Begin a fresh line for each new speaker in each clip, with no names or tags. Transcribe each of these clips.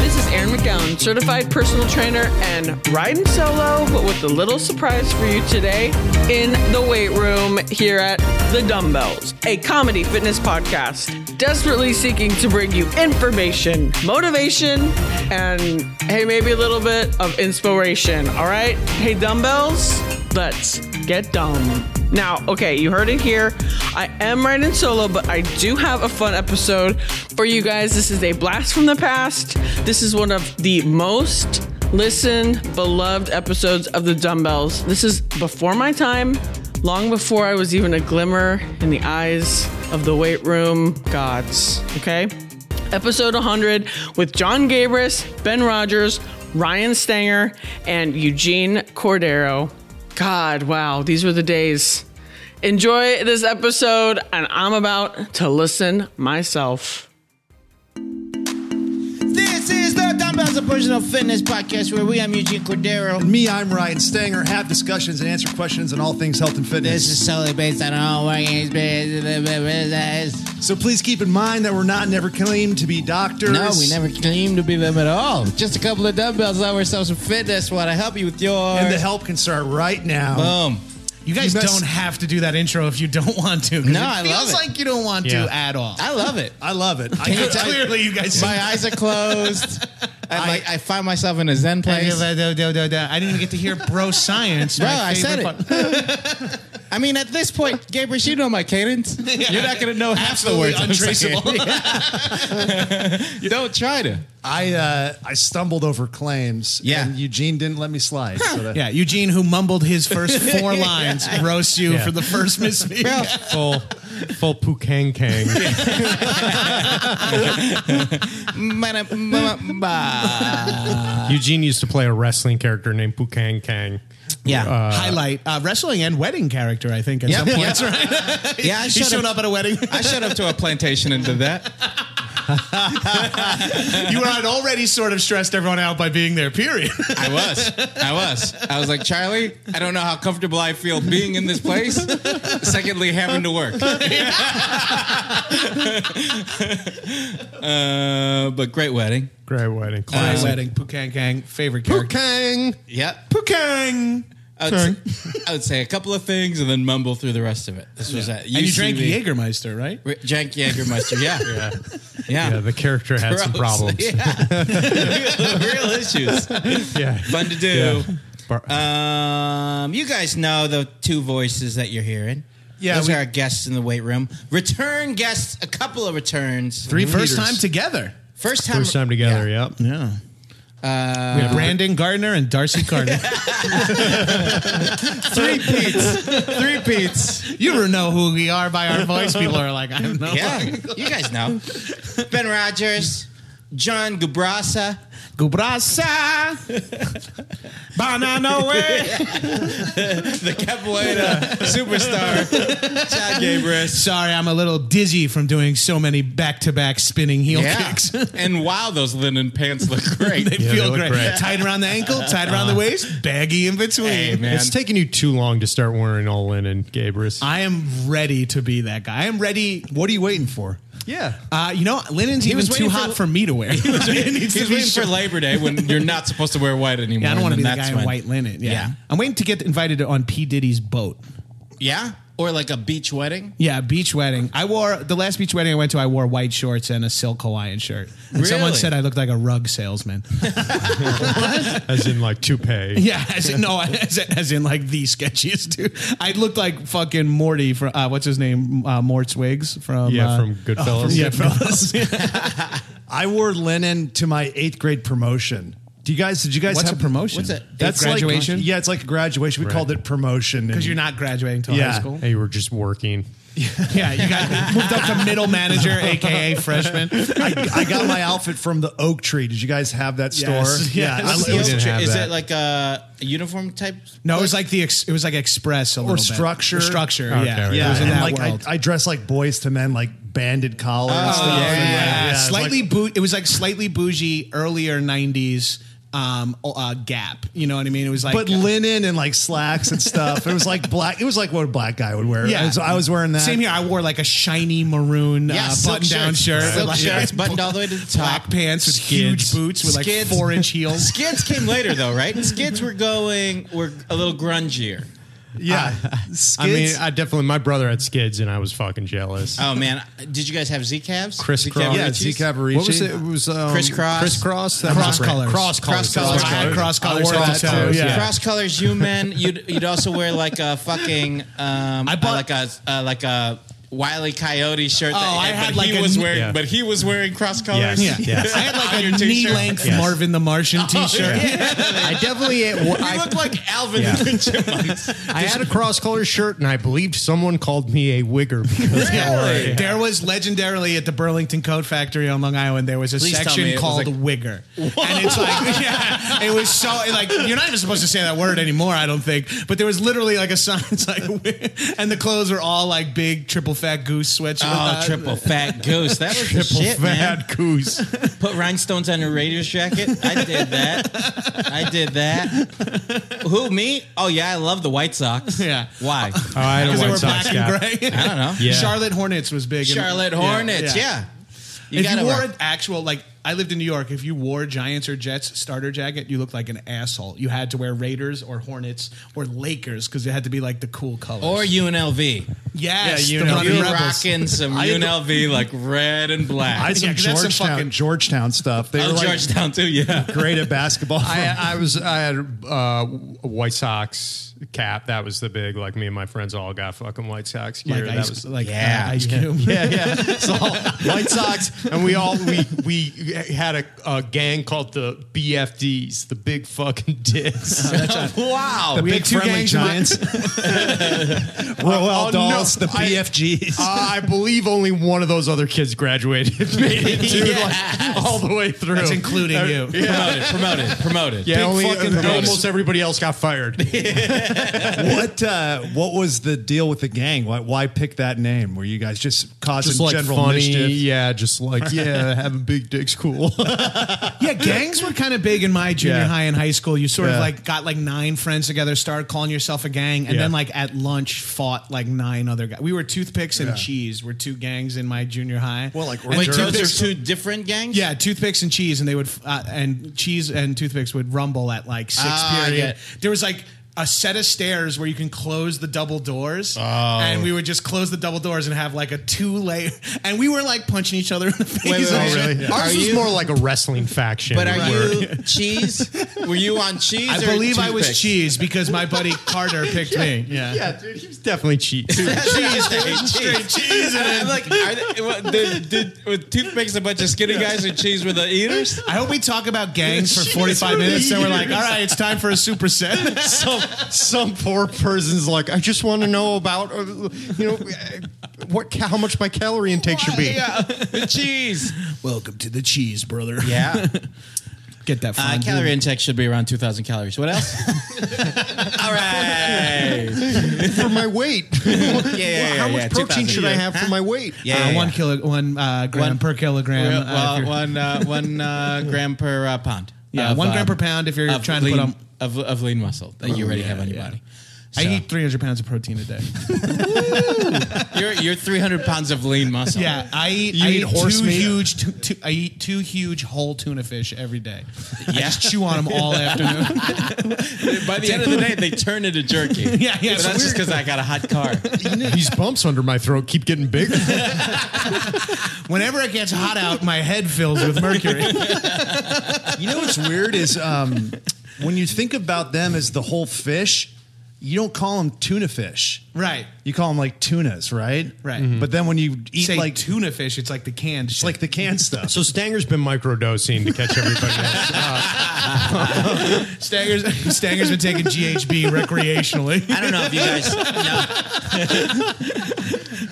This is Erin McGowan, certified personal trainer and riding solo, but with a little surprise for you today in the weight room here at The Dumbbells, a comedy fitness podcast desperately seeking to bring you information, motivation, and hey, maybe a little bit of inspiration. All right? Hey, Dumbbells, let's get dumb. Now, okay, you heard it here. I am riding solo, but I do have a fun episode for you guys. This is a blast from the past. This is one of the most listened, beloved episodes of the Dumbbells. This is before my time, long before I was even a glimmer in the eyes of the weight room gods, okay? Episode 100 with John Gabris, Ben Rogers, Ryan Stanger, and Eugene Cordero. God, wow, these were the days. Enjoy this episode, and I'm about to listen myself.
This is the Dumbbells of Personal Fitness podcast where we am Eugene Cordero.
Me, I'm Ryan Stanger. Have discussions and answer questions on all things health and
This
fitness.
is solely based on all working experiences.
So please keep in mind that we're not never claimed to be doctors.
No, we never claim to be them at all. Just a couple of dumbbells on ourselves some fitness. Want to help you with your
And the help can start right now.
boom?
You guys
You mess-
don't have to do that intro if you don't want to. 'cause
No,
it
I love
feels
it.
like you don't want
Yeah.
to at all.
I love it.
I love it. I,
Can you
could-
tell-
I-
Clearly, you guys.
My eyes are closed. I, like, I find myself in a zen place.
I didn't even get to hear bro science.
Bro,
my
I said
favorite
it. I mean, at this point, Gabriel, you know my cadence. You're not gonna know half the
Absolutely
words. I'm
untraceable.
saying. Don't try to.
I, uh, I stumbled over claims.
Yeah.
And Eugene didn't let me slide. So that-
Yeah, Eugene, who mumbled his first four lines, roasts you
Yeah.
for the first misspeak.
full full pukang kang. Eugene used to play a wrestling character named Pukang Kang.
Yeah.
Highlight uh, wrestling and wedding character, I think. At
Yep,
some point.
yep.
That's right.
Yeah, I
he
showed
showed
up-
up at a wedding.
I showed up to a plantation and did that.
you had already sort of stressed everyone out by being there. Period.
I was. I was. I was like, Charlie, I don't know how comfortable I feel being in this place. Secondly, having to work. uh, but great wedding.
Great wedding.
My
Classic.
wedding, Pukang Gang, favorite character.
Pukang.
Yep.
Pukang.
I would, s- I would say a couple of things and then mumble through the rest of it. This was at UCB.
And you drank Jägermeister, right?
R- drank Jägermeister. Yeah. Yeah.
Yeah, the character had some
Gross.
problems. Yeah.
Yeah. real, real issues. Fun to do.
Yeah. Bar-
Um, you guys know the two voices that you're hearing.
Yeah,
those
we-
are our guests in the weight room. Return guests, a couple of returns.
Three first
Leaders.
time together.
First time,
First time together,
Yeah.
yep.
Yeah. Uh, we have Brandon Gardner and Darcy Gardner.
Three Pete's, three Pete's.
you don't know who we are by our voice. People are like, I don't know.
Yeah, you guys know Ben Rogers, John Gubrasa,
Gubrasa. Banana way.
the Capoeira superstar, Chad Gabris.
Sorry, I'm a little dizzy from doing so many back to back spinning heel
Yeah,
kicks.
and wow, those linen pants look great.
They
they
feel
look
great.
great.
Tight around the ankle, tight around the waist, baggy in between.
Hey, man.
It's taking you too long to start wearing all linen, Gabrus.
I am ready to be that guy. I am ready.
What are you waiting for? Yeah.
Uh, you know, linen's even
was
too
waiting for-
hot for me to wear. He was,
He's waiting for Labor Day when you're not supposed to wear white anymore.
Yeah, I don't want to
and
be the
then
guy
that's
in
when-
white linen. Yeah.
Yeah.
I'm waiting to get invited on P. Diddy's boat.
Yeah, or like a beach wedding.
Yeah, beach wedding. I wore the last beach wedding I went to. I wore white shorts and a silk Hawaiian shirt. And someone
Really?
said I looked like a rug salesman.
as in like toupee.
yeah, as in, no, as, in- as in like the sketchiest dude. I looked like fucking Morty from uh, what's his name, uh, Mort's Wigs from
Yeah,
uh,
from Goodfellas.
yeah, Goodfellas.
I wore linen to my eighth grade promotion. Do you guys? Did you guys
What's
have
a promotion?
what's that?
That's
Eighth
like-
graduation?
yeah, it's like a graduation. We
Right.
called it promotion
Because you're not graduating till high
Yeah.
school.
Hey, you were just working.
Yeah, you got moved up to middle manager, aka freshman.
I, I got my outfit from the oak tree. Did you guys have that store?
Yes,
I-
yes.
it
We
was-
didn't have
is
that.
it like a, a uniform type?
No, it was like the ex, it was like express a little bit.
structure.
structure.
Okay,
yeah,
right.
It
yeah,
was in
and
that
like
world.
I, I dress like boys to men, like banded collar. and stuff.
yeah.
And, like,
yeah,
it's
slightly
like-
bou- It was like slightly bougie, earlier '90s um, uh, Gap. You know what I mean? It was like
but
uh,
linen and like slacks and stuff. It was like black. It was like what a black guy would wear.
Yeah.
Yeah, I was wearing that.
Same here. I wore like a shiny maroon
Yeah,
uh,
silk
button-down shirt,
shirts. Silk
like,
shirts, buttoned all the way to the
black
top.
pants with huge
Skids.
boots with
Skids.
like four-inch heels.
Skids came later though, right? Skids were going were a little grungier.
Yeah, skids.
I mean, I definitely my brother had skids, and I was fucking jealous.
Oh man, did you guys have Z calves?
Criss
Z
cross.
yeah,
Cavaricis?
Z Cavarici.
What was it? It was um,
Crisscross.
Crisscross. That
Cross
was a brand.
colors.
Cross
Cross
colors.
colors.
That's right.
I had
cross
I
colors
wore
all the
that
time,
too,
Oh, yeah.
Cross colors, you men. You'd you'd also wear like a fucking um,
I bought-
uh, like a uh, like a Wiley Coyote shirt. that
Oh, I had
but
like
he
a-
was wearing,
Yeah.
but he was wearing cross colors.
Yeah.
Yes.
I had
On
like
your
a
t-shirt. Oh,
knee-length
Yes.
Marvin the Martian T-shirt.
I definitely
You
I,
look like Alvin
Yeah.
and the Chipmunks.
I had a cross color shirt, and I believed someone called me a wigger because I wore it.
Really?
There was legendarily at the Burlington Coat Factory on Long Island. There was a
Please tell me
section
it was
called
like-
Wigger, and it's like, yeah, it was so like you're not even supposed to say that word anymore. I don't think, but there was literally like a sign. It's like, and the clothes were all like big triple fat goose sweatshirts.
Oh, triple fat goose. That was the shit, man.
goose.
Put rhinestones on your Raiders jacket. I did that. I did that. Who me? Oh yeah, I love the White Sox.
Yeah.
Why?
I had a
because they
White
were
Sox
black
cap.
and gray.
I don't know.
Yeah.
Charlotte Hornets was big. in-
Charlotte
yeah,
Hornets. Yeah. You
if
gotta
you wore
wear-
an actual like I lived in New York, if you wore Giants or Jets starter jacket, you looked like an asshole. You had to wear Raiders or Hornets or Lakers because it had to be like the cool colors.
or UNLV.
yes,
Yeah,
the
UNLV.
Running
You
Rebels.
rocking some UNLV like red and black.
I had some
Yeah, 'cause that's some
Georgetown,
fucking-
Georgetown stuff. They
oh,
were like
Georgetown too. Yeah.
great at basketball.
I, I was I had uh, a White Sox cap. That was the big like me and my friends all got fucking White Sox gear.
Like
that
ice,
was
like
Yeah.
uh, ice cube.
yeah, yeah. It's all White Sox, and we all we we had a, a gang called the BFDs, the Big Fucking Dicks.
wow.
we
Big friendly
in my-
giants. Oh,
Oh,
Roel
no.
Dolls, the
I-
PFGs.
Uh, I believe only one of those other kids graduated, made it to,
Yes.
like, all the way through.
That's including
Uh,
you.
Promoted. Promoted. Promoted.
Yeah,
Big
only
fucking
uh,
promoters.
almost everybody else got fired.
what uh, what was the deal with the gang? Why, why pick that name? Were you guys just causing general mischief?
yeah, just like yeah, having big dicks cool.
Yeah, gangs were kind of big in my junior
Yeah.
high and high school. You sort of
Yeah.
like got like nine friends together, started calling yourself a gang, and
Yeah.
then like at lunch fought like nine other guys. We were toothpicks and cheese. Were two gangs in my junior high.
Well, like,
And
Wait,
Wait,
Toothpicks-
those are two different gangs.
Yeah, toothpicks and cheese, and they would uh, and cheese and toothpicks would rumble at like six
Ah, I
period.
get-
There was like a set of stairs where you can close the double doors,
Oh.
and we would just close the double doors and have like a two layer, and we were like punching each other in the
wait, wait,
face. and
wait.
shit.
Yeah.
Ours
Are
was
you-
more like a wrestling faction.
But are
where-
you cheese? Were you on cheese?
I
or
believe I was
toothpicks?
cheese because my buddy Carter picked me. Yeah.
Yeah, dude, he was definitely cheat. Dude,
Cheese, dude, straight cheese. And I'm like, are they, what, did, did, were toothpicks a bunch of skinny guys and cheese were the eaters?
I hope we talk about gangs for
Cheese
45
for
minutes, then we're like,
years.
all right, it's time for a superset.
some some poor person's like, I just want to know about, uh, you know, uh, what how much my calorie intake should be.
Yeah, the cheese.
Welcome to the cheese, brother.
Yeah.
Get that
Uh,
fondue.
calorie intake should be around 2,000 calories. What else? All right.
for my weight.
Yeah, yeah,
how
yeah,
much
yeah, 2,000.
protein should I have for my weight?
Yeah,
Uh,
yeah,
one
yeah.
kilo, one uh, gram
One-
per
Well,
kilogram. uh, if you're-
one uh, one uh, gram per uh, pound.
Yeah,
Of,
one gram
um,
per pound if you're
of
trying
lean,
to put on. Oh,
of, of lean muscle that you already have on your
yeah.
body.
I
So-
eat 300 pounds of protein a day.
You're you're 300 pounds of lean muscle.
yeah, I eat.
You
I
eat
eat
horse
two
meat?
huge. Two, two, I eat two huge whole tuna fish every day. I
Yeah.
just chew on them all afternoon.
By the end of the day, they turn into jerky.
Yeah, yeah,
But
so
that's just because I got a hot car.
These bumps under my throat keep getting bigger.
Whenever it gets hot out, my head fills with mercury.
You know what's weird is um, when you think about them as the whole fish, you don't call them tuna fish.
right.
You call them like tunas, right?
Right. Mhm.
But then when you eat
Say
like
like tuna fish, it's like the canned.
it's like the canned stuff.
So Stanger's been microdosing to catch everybody else.
Stanger's Stanger's been taking GHB recreationally.
I don't know if you guys.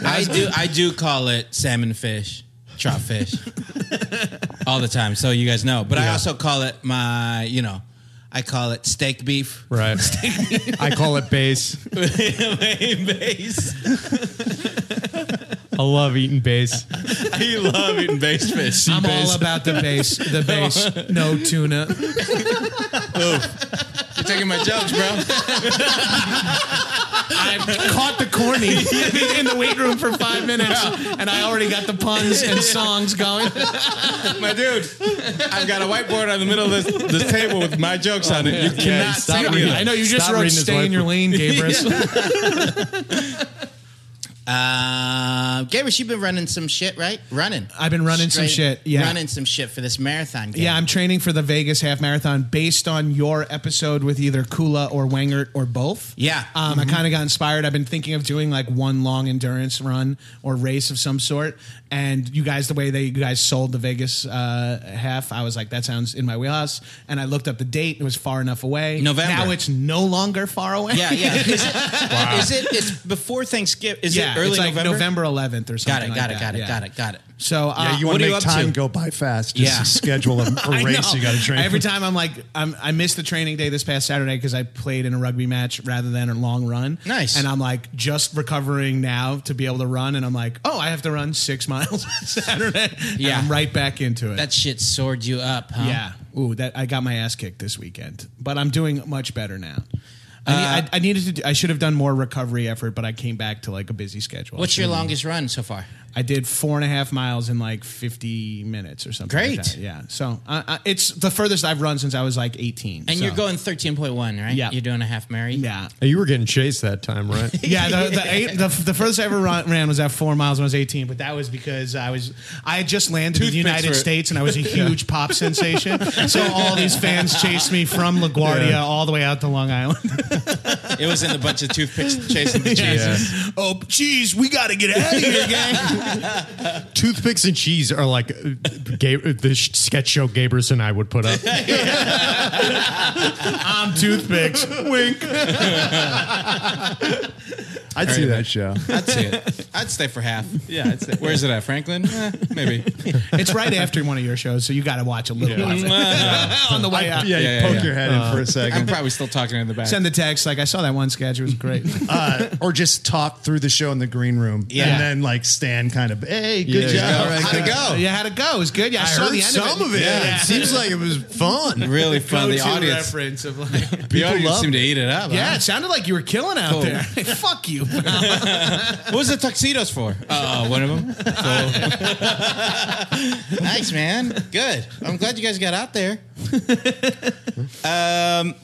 No. I do. I do call it salmon fish, trout fish, all the time. So you guys know. But I also call it my. You know, I call it steak beef.
Right. I call it base.
base.
I love eating base.
I love eating base fish.
I'm all about the base. The base. No tuna.
You're taking my jokes, bro.
I caught the corny in the weight room for five minutes, and I already got the puns and songs going.
My dude, I've got a whiteboard on the middle of this, this table with my jokes on it. You cannot
stop
see
reading.
me.
I know you just
Stop
wrote
reading his
"Stay in
whiteboard.
Your Lane," Gabrus.
Uh, Gabriel, you've been running some shit, right? Running.
I've been running some shit, yeah.
running some shit for this marathon. Game.
Yeah, I'm training for the Vegas half marathon based on your episode with either Kula or Wangert or both.
Yeah. Mm-hmm.
Um, I kind of got inspired. I've been thinking of doing like one long endurance run or race of some sort. And you guys, the way that you guys sold the Vegas uh, half, I was like, that sounds in my wheelhouse. And I looked up the date; it was far enough away.
November.
Now it's no longer far away.
yeah, yeah. Is it? is it? It's before Thanksgiving. Is
yeah,
it early
it's like
November?
November 11th or
Got
something.
it.
like
Got it.
that,
Got it.
yeah.
Got it. Got it.
So uh,
Yeah, you
what
want
are
to
you
make
up
time
to?
go by fast. Just
Yeah.
schedule a, a
I
race
know.
you got to train.
Every
for.
time I'm like, I'm, I missed the training day this past Saturday because I played in a rugby match rather than a long run.
Nice.
And I'm like, just recovering now to be able to run. And I'm like, oh, I have to run six miles on Saturday.
Yeah.
And I'm right back into it.
That shit soared you up, huh?
yeah. Ooh, that I got my ass kicked this weekend, but I'm doing much better now. I, need- I, I needed to. Do, I should have done more recovery effort, but I came back to like a busy schedule.
What's
I
your
should've-
longest run so far?
I did four and a half miles in like 50 minutes or something. like
Great.
that. Yeah. So uh, uh, it's the furthest I've run since I was like 18.
And
so-
you're going 13.1, right?
Yeah.
You're doing a half mary.
Yeah.
you were getting chased that time, right?
Yeah, the, the, eight, the, the furthest I ever run, ran was at four miles when I was 18, but that was because I was I had just landed in the
Toothpicks
United
were-
States and I was a huge pop sensation. So all these fans chased me from LaGuardia
Yeah.
all the way out to Long Island.
It was in a bunch of toothpicks chasing the cheese.
Yeah.
Oh, jeez, we got to get out of here, gang.
Toothpicks and cheese are like uh, Ga- the sh- sketch show Gabrus and I would put up.
I'm toothpicks. Wink.
I'd see that show.
I'd say it. I'd stay for half. Yeah, I'd stay. Where's it at, Franklin? Eh, maybe.
It's right after one of your shows, so you got to watch a little bit of it. on the way out.
Yeah,
Yeah, you
yeah,
poke
yeah.
your head in for a
I'm
second,
probably still talking in the back.
Send the text like I saw that one sketch. It was great.
uh, or just talk through the show in the green room,
Yeah.
and then like stand kind of, hey, good
Yeah.
job.
How'd
All right,
it
good.
go?
yeah, how'd it go? It was good. Yeah, I,
I
saw
heard
the end
some of it.
Yeah.
It seems like it was fun.
Really fun. The audience,
reference of like,
the audience
love
seemed to eat it up.
yeah,
huh?
it sounded like you were killing out
Oh.
there. Fuck you.
What was the tuxedos for? Uh, one of them. nice, man. Good. I'm glad you guys got out there. um,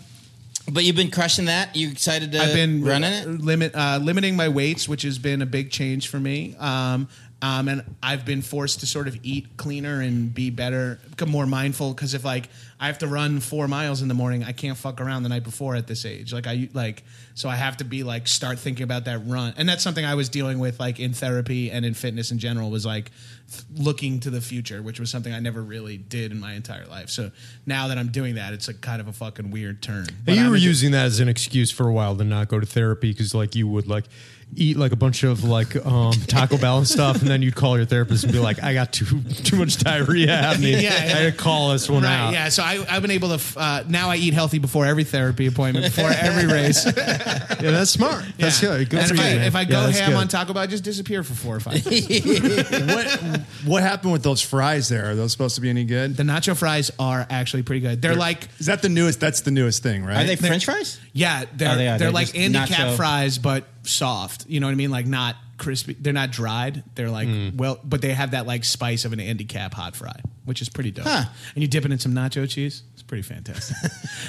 but you've been crushing that. You excited to
I've been
running it?
limit uh, limiting my weights, which has been a big change for me. Um, um, and I've been forced to sort of eat cleaner and be better, become more mindful. Because if like I have to run four miles in the morning, I can't fuck around the night before at this age. Like I like, so I have to be like start thinking about that run. And that's something I was dealing with like in therapy and in fitness in general was like th- looking to the future, which was something I never really did in my entire life. So now that I'm doing that, it's like kind of a fucking weird turn. But
you
I'm
were
enjoying-
using that as an excuse for a while to not go to therapy because, like, you would like eat like a bunch of like um, Taco Bell and stuff, and then you'd call your therapist and be like, "I got too too much diarrhea happening."
Yeah, yeah.
I gotta call this one
Right.
out.
Yeah. So I, I've been able to. f- Uh, now I eat healthy before every therapy appointment, before every race.
Yeah, that's smart. That's
Yeah.
good. Good
and
for
if,
you,
I,
man.
if I
Yeah,
go
that's
ham
good.
on Taco Bell, I just disappear for four or five. minutes.
what What happened with those fries? There are those supposed to be any good?
the nacho fries are actually pretty good. They're like,
Is that the newest? That's the newest thing, right?
Are they French fries?
yeah, they're
Oh, they are.
they're
They're
like
just
Andy Cap
nacho-
fries, but soft. You know what I mean? Like not crispy. They're not dried. They're like
Mm.
well, but they have that like spice of an Andy Cap hot fry, which is pretty dope.
Huh.
And you dip it in some nacho cheese. It's pretty fantastic.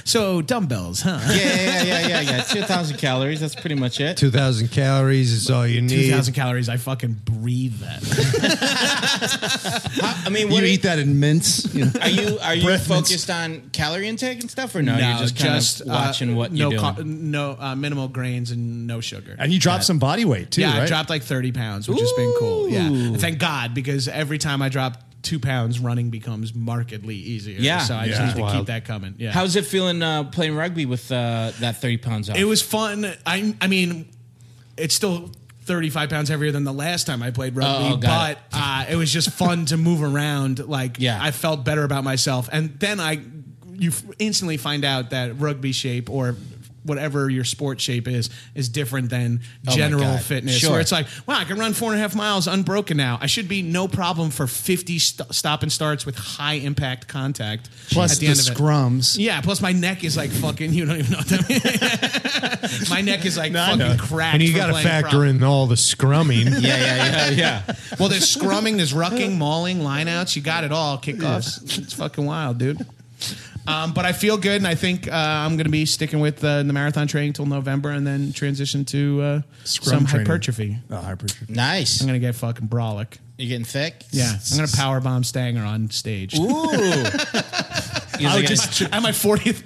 so dumbbells, huh?
Yeah, yeah, yeah, yeah, yeah. Two thousand calories. That's pretty much it.
Two thousand calories is all you need.
2,000 calories. I fucking breathe that.
I mean,
You
what are
eat that in mints. You know?
Are you are you
Breath mints.
focused on calorie intake and stuff, or no? you're just, kind of
uh,
watching what
no
you're doing.
car- no uh, minimal grains and no sugar.
And you dropped some body weight too,
yeah,
right?
I dropped like thirty pounds, which has been cool. Yeah,
Ooh.
thank God because every time I drop two pounds, running becomes markedly easier.
Yeah.
so I
Yeah.
just need to keep
Wild.
that coming. Yeah,
How's it feeling uh, playing rugby with uh, that thirty pounds off?
it was fun. I I mean, it's still. 35 pounds heavier than the last time I played rugby,
Oh, got
but
it.
uh, it was just fun to move around. Like,
Yeah.
I felt better about myself. And then I you f- instantly find out that rugby shape or whatever your sport shape is is different than
Oh my
general
God.
fitness.
Sure.
Where it's like, wow, I can run four and a half miles unbroken now. I should be no problem for fifty st- stop and starts with high impact contact.
Plus
at the,
the,
end of it.
scrums.
Yeah, plus my neck is like fucking. You don't even know what that means. my neck is like fucking cracked.
and you
from
got to
playing
factor
prop.
in all the scrumming.
Yeah, yeah, yeah, yeah.
Well, there's scrumming, there's rucking, mauling, lineouts. You got it all. Kickoffs. It's fucking wild, dude. Um, but I feel good, and I think uh, I'm going to be sticking with uh, the marathon training till November, and then transition to uh, some
training.
hypertrophy.
Oh, hypertrophy.
Nice.
I'm going to get fucking brolic.
You getting thick?
Yeah, I'm going to power bomb Stanger on stage.
Ooh. you,
I
like,
would just at my 40th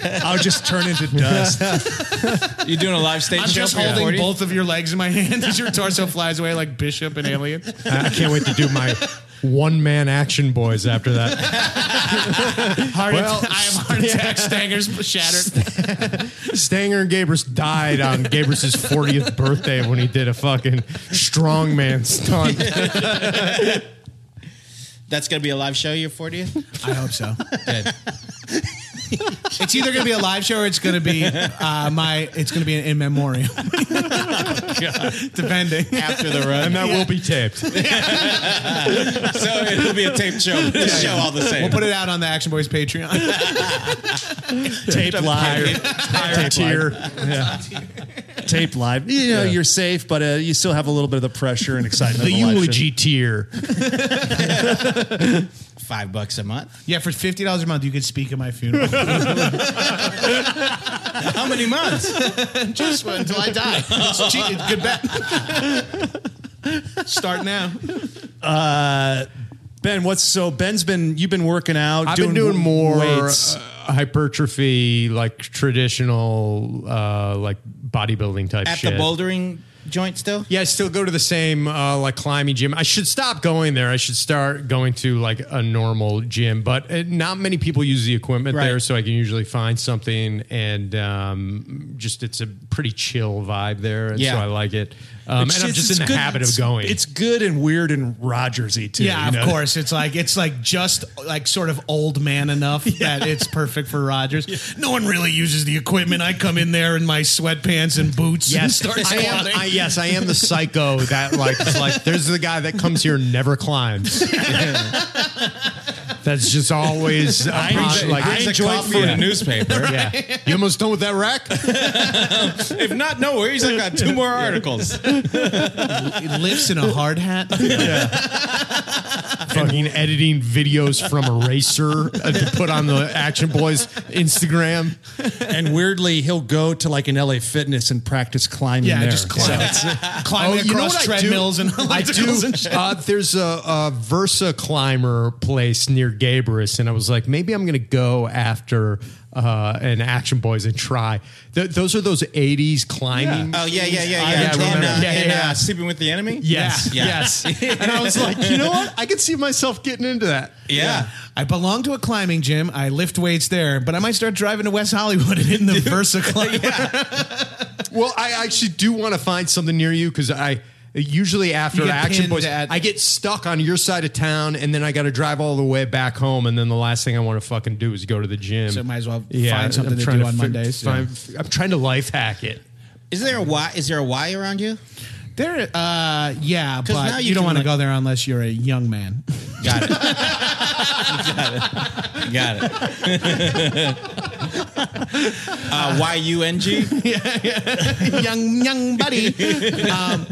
birthday.
I'll just turn into dust.
you doing a live stage
I'm
show
just
for your
holding
40?
both of your legs in my hand as your torso flies away like Bishop and Alien.
I I can't wait to do my one man action boys after that.
Heart
Well,
attack, Oh, I have heart attack. Stanger's shattered.
Stanger and Gabrus died on Gabrus's 40th birthday when he did a fucking strongman stunt.
That's gonna be a live show. Your 40th.
I hope so. It's either going to be a live show or it's going to be uh, my. It's going to be an in memoriam. Depending.
After the run,
And that will be taped.
so it'll be a taped show. But it's a show all the same.
We'll put it out on the Action Boys Patreon.
Taped live. Higher tier. Yeah.
Tape live. You know, you're safe, but uh, you still have a little bit of the pressure and excitement.
The
of a live show.
eulogy tier.
Five bucks a month.
yeah, for fifty dollars a month, you could speak at my funeral.
How many months?
Just until I die. It's cheap. It's Good bet. Start now.
Ben, what's so? Ben's been you've been working out.
I've been doing more
weights.
uh, hypertrophy, like traditional, uh, like bodybuilding type
At
shit.
the bouldering joint still.
Yeah, I still go to the same uh, like climbing gym. I should stop going there. I should start going to like a normal gym, but uh, not many people use the equipment
Right.
there, so I can usually find something and um, just it's a pretty chill vibe there, and so
Yeah.
I like it. Um, and I'm
It's-
just
it's
in the
good-
habit
it's-
of going.
It's good and weird and Rogersy too.
Yeah,
you
of
know?
course. It's like it's like just like sort of old man enough that it's perfect for Rogers. No one really uses the equipment. I come in there in my sweatpants and boots. and start
I am,
squatting.
I, yes, I am the psycho that like is like there's the guy that comes here and never climbs. That's just always a problem, like
I enjoy
coffee in
yeah.
a newspaper.
Yeah. You almost done with that rack?
if not, no worries. I've got two more articles.
It lifts in a hard hat.
Fucking editing videos from Eraser uh, to put on the Action Boys Instagram.
And weirdly, he'll go to like an LA Fitness and practice climbing.
Yeah,
there.
just climb.
Oh,
climbing across treadmills and
I
ellipticals
do.
and shit.
Uh, there's a, a Versa climber place near Gabrus, and I was like, maybe I'm gonna go after uh, an Action Boys and try. Th- those are those '80s climbing.
Oh yeah, yeah, yeah, yeah.
I
And,
remember.
uh,
Yeah,
and,
yeah, yeah.
Uh, sleeping with the enemy.
Yes,
Yeah.
yes. and I was like, you know what? I could see myself getting into that.
Yeah.
I belong to a climbing gym. I lift weights there, but I might start driving to West Hollywood and hitting the Versa climb.
Well, I actually do want to find something near you because I usually after
You get
Action
pinned
Boys,
at-
I get stuck on your side of town, and then I got to drive all the way back home, and then the last thing I want to fucking do is go to the gym.
So might as well find something to
trying
do on
fi-
Mondays, yeah.
find- I'm trying to life hack it.
Is there a Y? Is there a Y around you?
There, uh, yeah,
'Cause now
but
you
you, don't
can,
want
like-
to go there unless you're a young man.
Got it. Got it. Got it. uh, y U N G.
young young buddy. Um,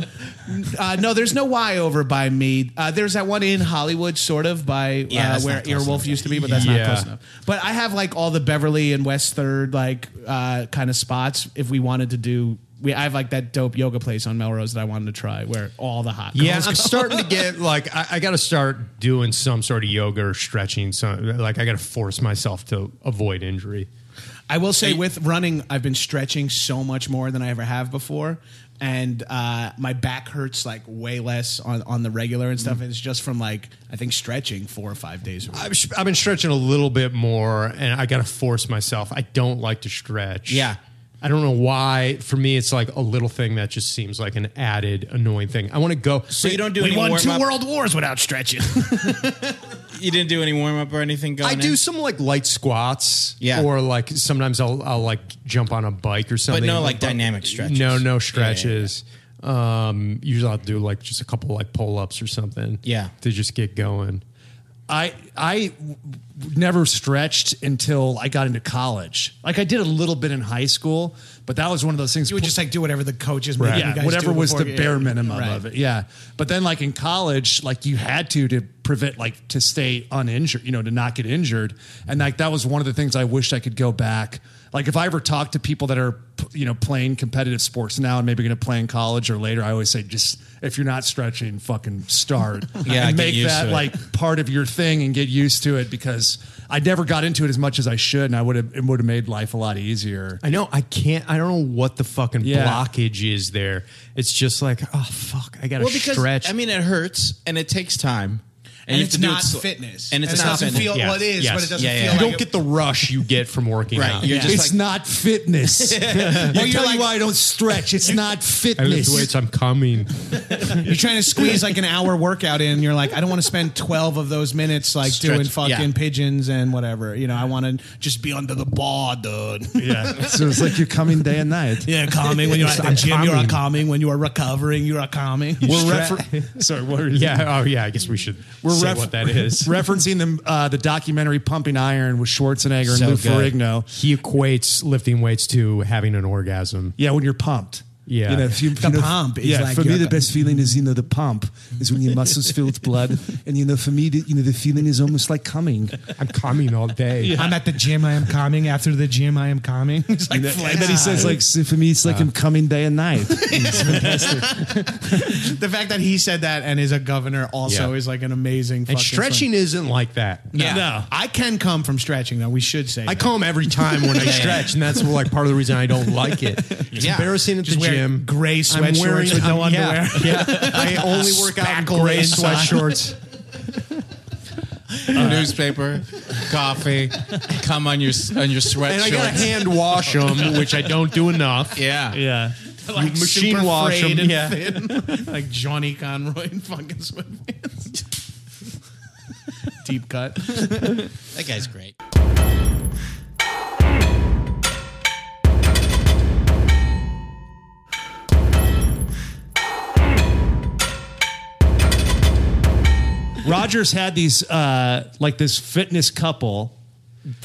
uh, no, there's no Y over by me. Uh, there's that one in Hollywood, sort of by
Yeah,
uh,
that's
where
not close
Earwolf
enough.
used to be, but that's
Yeah.
not close enough. But I have like all the Beverly and West Third like uh, kind of spots if we wanted to do. We, I have like that dope yoga place on Melrose that I wanted to try where all the hot girls
Yeah,
go.
I'm starting to get like I, I got to start doing some sort of yoga or stretching. So like I got to force myself to avoid injury.
I will say with running, I've been stretching so much more than I ever have before. And uh, my back hurts like way less on, on the regular and stuff. And it's just from like, I think stretching four or five days a week.
I've, I've been stretching a little bit more, and I got to force myself. I don't like to stretch.
Yeah.
I don't know why. For me, it's like a little thing that just seems like an added annoying thing. I want to go.
So you don't do any warm up.
wars without stretching.
you didn't do any warm up or anything going
I do
in?
some like light squats,
Yeah.
or like sometimes I'll I'll like jump on a bike or something,
no, like, dynamic stretches.
No, no
Yeah,
stretches. Um, usually I'll do like just a couple like pull ups or something,
Yeah.
to just get going.
I I w- never stretched until I got into college. Like I did a little bit in high school, but that was one of those things.
you would just like do whatever the coaches, made
Right.
you
yeah,
guys
whatever
do
was the
before-
bare minimum
Right.
of it. Yeah, but then like in college, like you had to to prevent like to stay uninjured, you know, to not get injured, and like that was one of the things I wished I could go back. Like if I ever talk to people that are p- you know playing competitive sports now and maybe going to play in college or later, I always say just if you're not stretching, fucking start.
Yeah,
and
get
make
used
that
to it.
like part of your thing and get used to it because I never got into it as much as I should, and I would have it would have made life a lot easier.
I know I can't. I don't know what the fucking
Yeah.
blockage is there. It's just like oh fuck, I got to
Well, because
stretch.
I mean, it hurts and it takes time,
And,
you have
it's
to do it
not
sl-
fitness.
and it's
it
not
doesn't
fitness.
feel
Yes,
well, it is,
yes.
but it doesn't
Yeah, yeah,
feel
yeah.
like
you
it-
don't get the rush you get from working
Right,
out.
you're
Yeah.
just
it's
like-
not fitness. well,
you're
you're
like-
like, why I don't stretch. It's not
I lift weights.
fitness.
I'm coming.
You're trying to squeeze like an hour workout in. And you're like, I don't want to spend 12 of those minutes like
Stretch-
doing fucking
yeah.
pigeons and whatever. You know, I want to just be under the bar, dude.
Yeah. so it's like you're coming day and night.
Yeah, calming when you're at the
I'm
gym, you're
calming.
calming. When you are recovering, you're calming.
We're
Stra-
refer- sorry. What are you
Yeah. Oh yeah. I guess we should
We're
say
ref-
what that is.
referencing the uh, the documentary Pumping Iron with Schwarzenegger
So
and Lou
good.
Ferrigno?
He equates lifting weights to having an orgasm.
Yeah, when you're pumped.
Yeah.
You know, if you,
The
you know,
pump is
yeah,
like
for me,
you're-
the best feeling is, you know, the pump is when your muscles fill with blood. And, you know, for me, the, you know, the feeling is almost like coming.
I'm coming all day.
I'm at the gym. I am calming. After the gym, I am calming. It's like,
and then he says, like, so for me, it's like I'm coming day and night. It's fantastic.
the fact that he said that and is a governor also
Yeah.
is like an amazing.
And
fucking
stretching isn't like that.
swing. Yeah. I can come from stretching though. We should say.
I
that.
come every time when I stretch, and that's like part of the reason I don't like it. It's
Yeah.
embarrassing at
Just
the
wear
gym.
gray
I'm
sweatshorts
wearing-
with no
I'm- yeah,
underwear.
Yeah, I only work out in
Spackle
gray
inside.
sweatshorts.
newspaper, coffee, come on your s- on your sweat
And I gotta
shorts.
hand wash them, which I don't do enough.
yeah,
yeah.
like
machine
super
wash 'em,
frayed and
yeah.
thin, like Johnny Conroy in fucking sweatpants. Deep cut.
that guy's great.
Rogers had these uh, like this fitness couple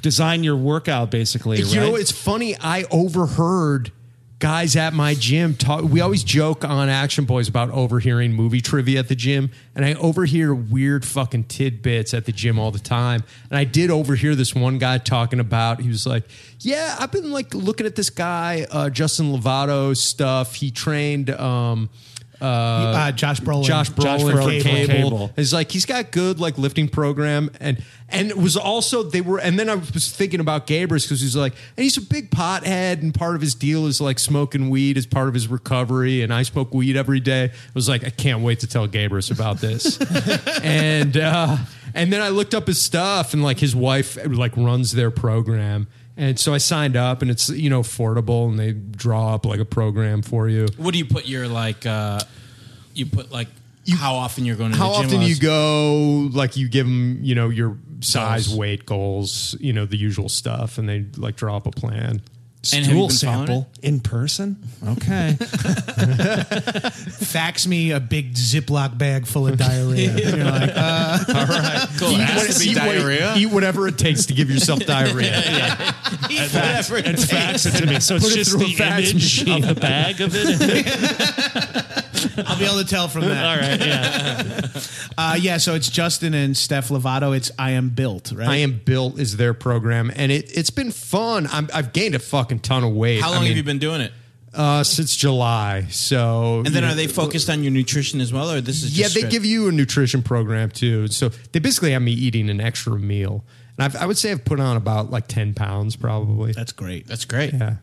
design your workout basically.
You know,
right?
it's funny. I overheard guys at my gym talk. We always joke on Action Boys about overhearing movie trivia at the gym, and I overhear weird fucking tidbits at the gym all the time. And I did overhear this one guy talking about. He was like, "Yeah, I've been like looking at this guy, uh, Justin Lovato stuff. He trained." Um,
Uh, Josh Brolin.
Josh Brolin, for
Cable.
cable.
Cable.
It's like he's got good like lifting program and and it was also they were and then I was thinking about Gabrus because he's like and he's a big pothead and part of his deal is like smoking weed as part of his recovery and I smoke weed every day. I was like I can't wait to tell Gabrus about this and uh, and then I looked up his stuff and like his wife like runs their program. And so I signed up, and it's you know affordable, and they draw up like a program for you.
What do you put your like? uh You put like how often you're going to
how
the gym
often do you
was-
go like you give them you know your size
Goals.
weight goals you know the usual stuff and they like draw up a plan
And have you been following
sample in person. Okay.
Fax me a big Ziploc bag full of diarrhea. You're like,
Cool. It has to be diarrhea.
eat whatever it takes to give yourself diarrhea
Eat whatever. it takes.
it to me. So
Put it through a fax machine.
of the bag of it.
I'll be able to tell from that.
right. Yeah.
Uh, yeah, so it's Justin and Steph Lovato. It's I Am Built, right?
i am built is their program and it, it's been fun I'm, i've gained a fucking ton of weight
How
I
long
mean,
have you been doing it?
uh, since july so
And then are they focused on your nutrition as well, or this is just
yeah, they
straight-
give you a nutrition program too. So they basically have me eating an extra meal. And I've, I would say I've put on about like 10 pounds probably.
That's great.
That's great.
Yeah.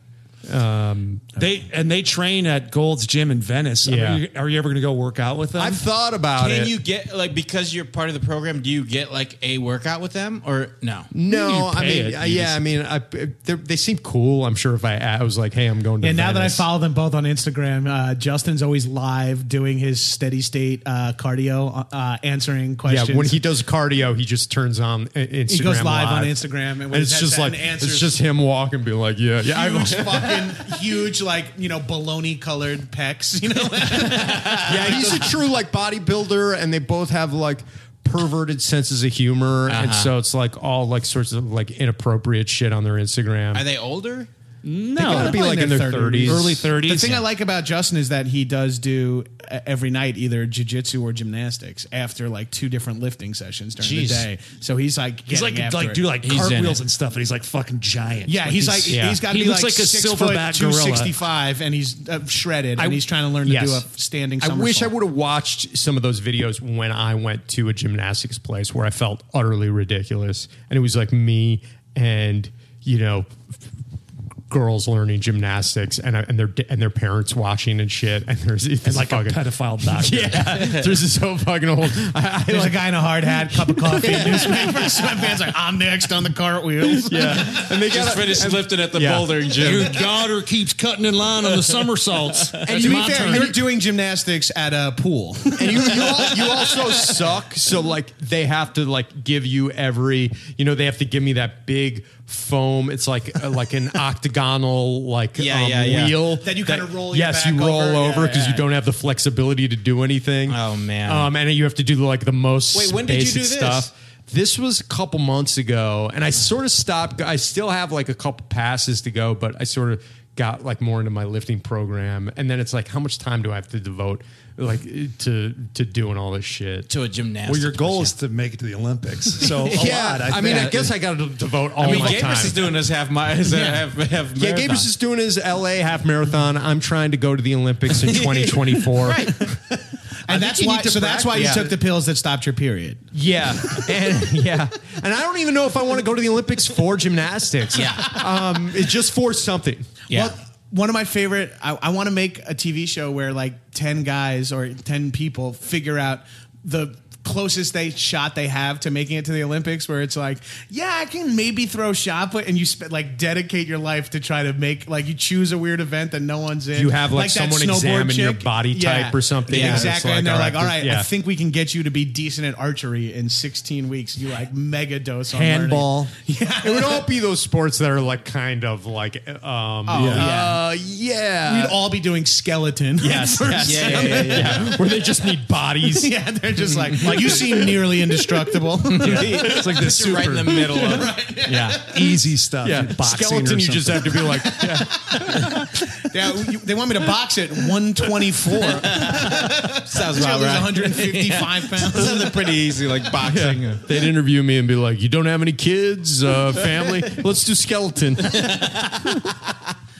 Um,
They and they train at Gold's Gym in Venice. I mean,
Yeah.
you- are you ever going to go work out with them?
I've thought about it.
Can you get like because you're part of the program? Do you get like a workout with them or no?
No,
You
I
pay
mean,
it,
uh,
you
yeah,
just-
I mean, I, they're- they seem cool. I'm sure if I, I was like, hey, I'm going to.
Yeah, now that I
Venice.
follow them both on Instagram, uh, Justin's always live doing his steady state uh, cardio, uh, answering questions.
Yeah, when he does cardio, he just turns on I- Instagram.
he goes live, on Instagram, and, when
And
he
it's
has
just
that
like
and answers
it's just him walking, being like, yeah, yeah. I,
Huge fucking huge, like you know, baloney colored pecs. You know,
yeah, he's a true like bodybuilder, and they both have like perverted senses of humor, and so it's like all like sorts of like inappropriate shit on their Instagram.
Are they older?
they gotta be like in their thirties,
early thirties.
The thing I like about Justin is that he does do uh, every night either jujitsu or gymnastics after like two different lifting sessions during
Jeez.
the day. So he's like
He's
getting
like
after
like
it.
do like
He's in it.
cartwheels and stuff, and he's like fucking giant.
yeah, he's like
yeah.
he's got to
He
be
looks
like,
like a
six
silverback
foot two
gorilla.
sixty five, and he's uh, shredded, and he's trying to learn to
Yes.
do a standing.
I
Somersault.
wish I would have watched some of those videos when I went to a gymnastics place where I felt utterly ridiculous, and it was like me and you know girls learning gymnastics and I, and their and their parents watching and shit, and there's
and like a pedophile doctor.
yeah, there's this so fucking old. I, I
there's a
like,
guy in a hard hat, cup of coffee,
Newspaper, sweatpants like I'm next on the cartwheels.
yeah, and they got
Just finished lifting at the
yeah.
bouldering gym.
daughter keeps cutting in line on the somersaults.
And to be fair, you're doing gymnastics at a pool.
and you, you, al- you also suck. So like they have to like give you every you know they have to give me that big foam. It's like uh, like an octagonal like
Yeah,
um,
yeah, yeah.
wheel
That you kinda roll your
Yes,
back
you roll
over.
over
Yeah,
because
yeah.
you don't have the flexibility to do anything.
Oh, man.
Um, and you have to do like the most
Wait, when did you
basic
do this?
stuff. This was a couple months ago, and I sort of stopped. I still have like a couple passes to go, but I sort of got like more into my lifting program. And then it's like, how much time do I have to devote like to to doing all this shit?
To a gymnast.
well, your goal is to make it to the Olympics. So a
yeah,
lot,
I,
I,
mean, I
think.
guess I got to devote all
I mean,
my
Gabrus
time.
is doing his half my his uh, half, half
yeah,
marathon.
Gabrus is doing his LA half marathon. I'm trying to go to the Olympics in 2024.
and that's why. So that's why you
practice.
took the pills that stopped your period.
Yeah, and yeah, and I don't even know if I want to go to the Olympics for gymnastics.
Yeah.
um, it's just for something.
Yeah.
Well, one of my favorite. I, I want to make a TV show where like ten guys or ten people figure out the closest they shot they have to making it to the Olympics. Where it's like, yeah, I can maybe throw shot put, and you sp- like dedicate your life to try to make like you choose a weird event that no one's in.
You have, like,
that
someone
snowboard
examine your body type or something,
Yeah,
and it's
exactly.
like,
and they're
all
like,
right,
all right,
yeah.
I think we can get you to be decent at archery in 16 weeks. You like mega dose on learning.
Handball. Yeah, it would all be those sports that are like kind of like um, yeah, uh, yeah.
We'd all be doing skeleton.
Yes,
for
yes.
yeah, yeah, yeah, yeah.
yeah, where they just need bodies.
Yeah, they're just like, like you seem nearly indestructible.
it's like the super
right in the middle of
Yeah,
easy stuff.
yeah.
boxing
Skeleton,
or
you just
something.
have to be like, yeah.
yeah, you- they want me to box at 124.
sounds
This guy
about
loses
right.
155 pounds.
Sounds pretty easy, like boxing.
They'd interview me and be like, "You don't have any kids, uh, family? Let's do skeleton.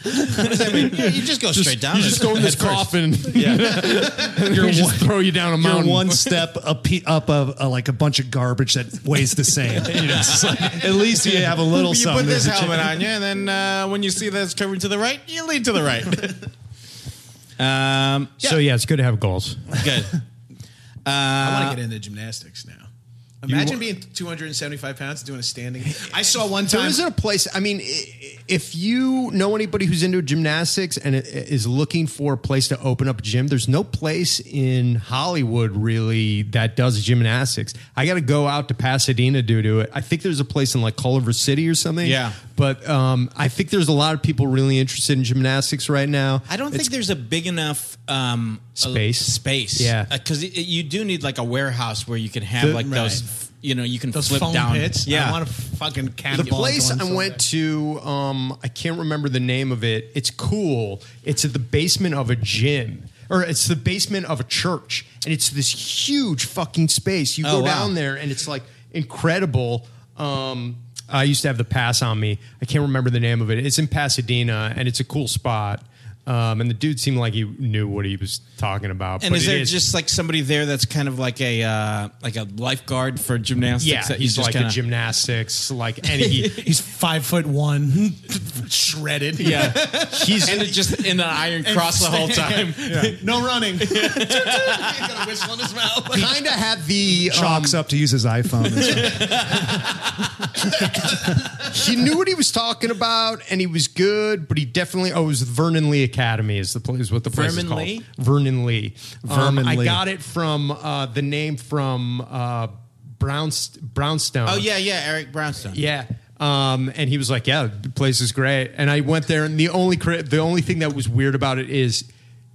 I mean, yeah, you just go straight down.
you just go in this coffin.
Yeah.
You're just throw you down a
You're
mountain.
one step up, up of uh, like a bunch of garbage that weighs the same. You know, it's like, at least you have a little
You
something.
put this
to-
helmet on you, and then uh, when you see that it's curving to the right, you lean to the right. um,
So yeah, it's good to have goals.
good.
I want to get into gymnastics now. Imagine being 275 pounds doing a standing. I saw one
There
time.
isn't a place. I mean, i- i- if you know anybody who's into gymnastics and i- is looking for a place to open up a gym, there's no place in Hollywood really that does gymnastics. I got to go out to Pasadena to do it. I think there's a place in like Culver City or something.
Yeah.
but um, I think there's a lot of people really interested in gymnastics right now.
I don't think there's a big enough um,
Space.
a- space. Uh,
Yeah.
because you do need like a warehouse where you can have
The-
like
Right.
those. You know, you can
those
flip
foam
down.
pits.
Yeah,
I want to fucking cannonball.
the place
going
I
somewhere.
went to, um, I can't remember the name of it. It's cool. It's at the basement of a gym, or it's the basement of a church, and it's this huge fucking space. You
Oh,
go
wow.
down there, and it's like incredible. Um, I used to have the pass on me. I can't remember the name of it. It's in Pasadena, and it's a cool spot. Um, and the dude seemed like he knew what he was talking about.
And
but
is
it
there just like somebody there that's kind of like a uh, like a lifeguard for gymnastics?
yeah?
that you
He's
just
like
kinda-
a gymnastics, like and he,
He's five foot one, shredded.
Yeah, he's and just in the iron cross the whole time.
No running. He's got a whistle in his mouth.
kind of had the um,
Chalks up to use his iPhone.
he knew what he was talking about, and he was good. But he definitely oh, it was Vernon Lee Academy is the pla- is what the place
Vernon
is called.
Lee?
Vernon Lee. Um,
Vernon
I
Lee.
got it from uh, the name from uh, Brownst- Brownstone.
Oh yeah, yeah, Eric Brownstone.
Yeah. Um, and he was like, "Yeah, the place is great." And I went there, and the only cri- the only thing that was weird about it is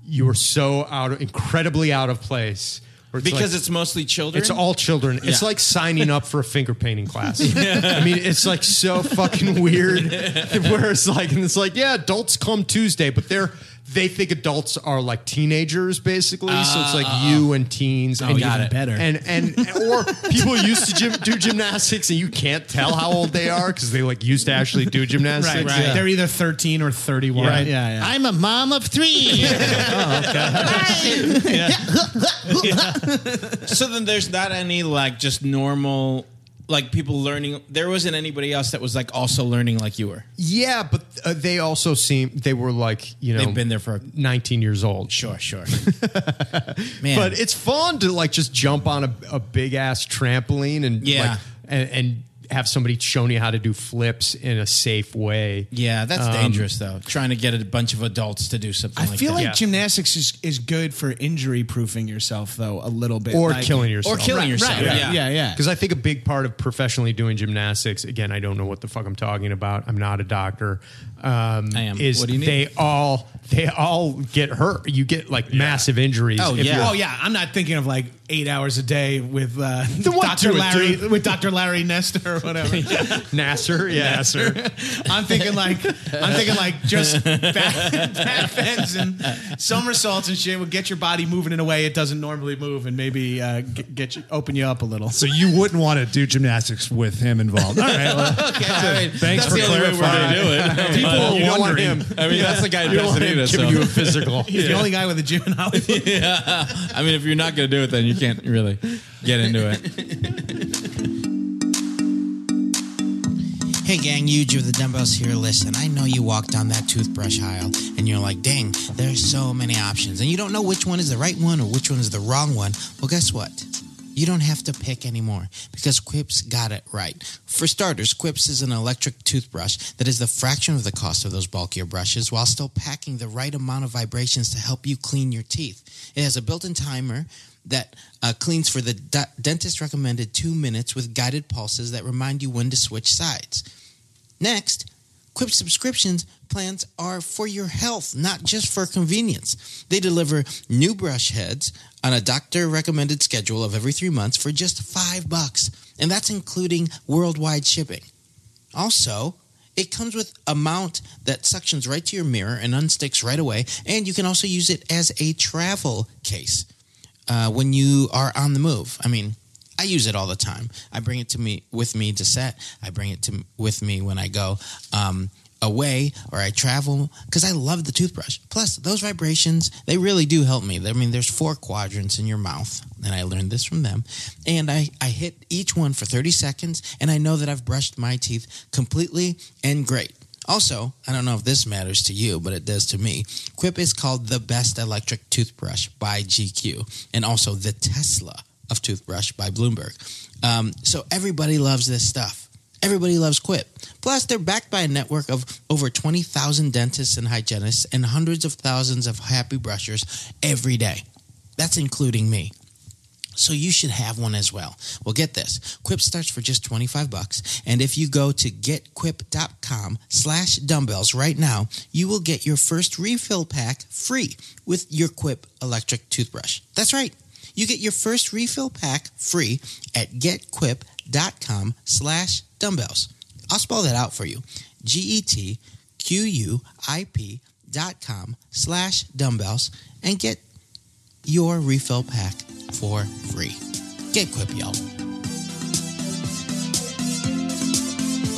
you were so out, of, incredibly out of place. Where
because
like-
it's mostly children.
it's all children. It's
Yeah.
like signing up for a finger painting class. I mean, it's like so fucking weird. Where it's like, and it's like, yeah, adults come Tuesday, but they're they think adults are like teenagers basically. so it's like
Uh,
you and
oh,
teens. and
got it. Better.
And and or people used to gym, do gymnastics, and you can't tell how old they are because they like used to actually do gymnastics.
Right,
right.
They're either 13 or 31.
Right.
Yeah, yeah.
I'm a mom of three.
so then there's not any like just normal like people learning. There wasn't anybody else that was like also learning like you were.
Yeah, but uh, they also seem they were like you know
They've been there for-
19 years old.
Sure, sure. Man,
But it's fun to like just jump on a, a big ass trampoline and
Yeah.
like, and, and have somebody showing you how to do flips in a safe way.
yeah, that's dangerous though. Trying to get a bunch of adults to do something.
I
like
feel
that.
like
Yeah.
gymnastics is, is good for injury proofing yourself, though, a little bit.
Or
Like-
killing yourself.
or killing
Right,
yourself.
right, yeah, yeah. yeah.
Because I think a big part of professionally doing gymnastics, again, I don't know what the fuck I'm talking about. I'm not a doctor. Um,
I am.
Is
What do you need?
they all they all get hurt? You get like massive injuries.
Oh,
if
yeah.
you're-
Oh yeah, I'm not thinking of like eight hours a day with uh,
what
Dr.
do it,
Larry
dude?
with Dr. Larry Nestor or whatever.
Nasser, yeah, Nasser.
I'm thinking like I'm thinking like just back, back bends and somersaults and shit would get your body moving in a way it doesn't normally move and maybe uh, get, get you open you up a little.
So you wouldn't want to do gymnastics with him involved. All right. Well,
Okay, all right.
Thanks
that's
for
the only way we're gonna do
clarifying.
it.
People
But-
are
You don't want
wondering.
him.
I mean, that's the guy in
You don't want him
Pasadena.
giving
so-
you a physical.
He's the only guy with a gym in Hollywood.
I mean, if you're not going to do it, then you can't really get into it.
Hey gang, Huge of the Dumbbells here. Listen, I know you walk down that toothbrush aisle and you're like, dang, there's so many options. And you don't know which one is the right one or which one is the wrong one. Well, guess what? You don't have to pick anymore because Quips got it right. For starters, Quips is an electric toothbrush that is the fraction of the cost of those bulkier brushes while still packing the right amount of vibrations to help you clean your teeth. It has a built in timer that uh, cleans for the d- dentist recommended two minutes with guided pulses that remind you when to switch sides. Next, Quip subscriptions plans are for your health, not just for convenience. They deliver new brush heads on a doctor recommended schedule of every three months for just five bucks, and that's including worldwide shipping. Also, it comes with a mount that suctions right to your mirror and unsticks right away, and you can also use it as a travel case uh, when you are on the move. I mean, I use it all the time. I bring it to me with me to set. I bring it to with me when I go um, away or I travel because I love the toothbrush. Plus, those vibrations they really do help me. I mean, there's four quadrants in your mouth, and I learned this from them. And I I hit each one for 30 seconds, and I know that I've brushed my teeth completely and great. Also, I don't know if this matters to you, but it does to me. Quip is called the best electric toothbrush by GQ and also the Tesla of toothbrush by Bloomberg. Um, so everybody loves this stuff. Everybody loves Quip. Plus, they're backed by a network of over 20,000 dentists and hygienists and hundreds of thousands of happy brushers every day. That's including me. So you should have one as well. Well, get this. Quip starts for just 25 bucks, and if you go to getquip.com slash dumbbells right now, you will get your first refill pack free with your Quip electric toothbrush. That's right. You get your first refill pack free at getquip.com slash dumbbells. I'll spell that out for you. E G-E-T-Q-U-I-P dot com slash dumbbells and get your refill pack for free. Get Quip, y'all.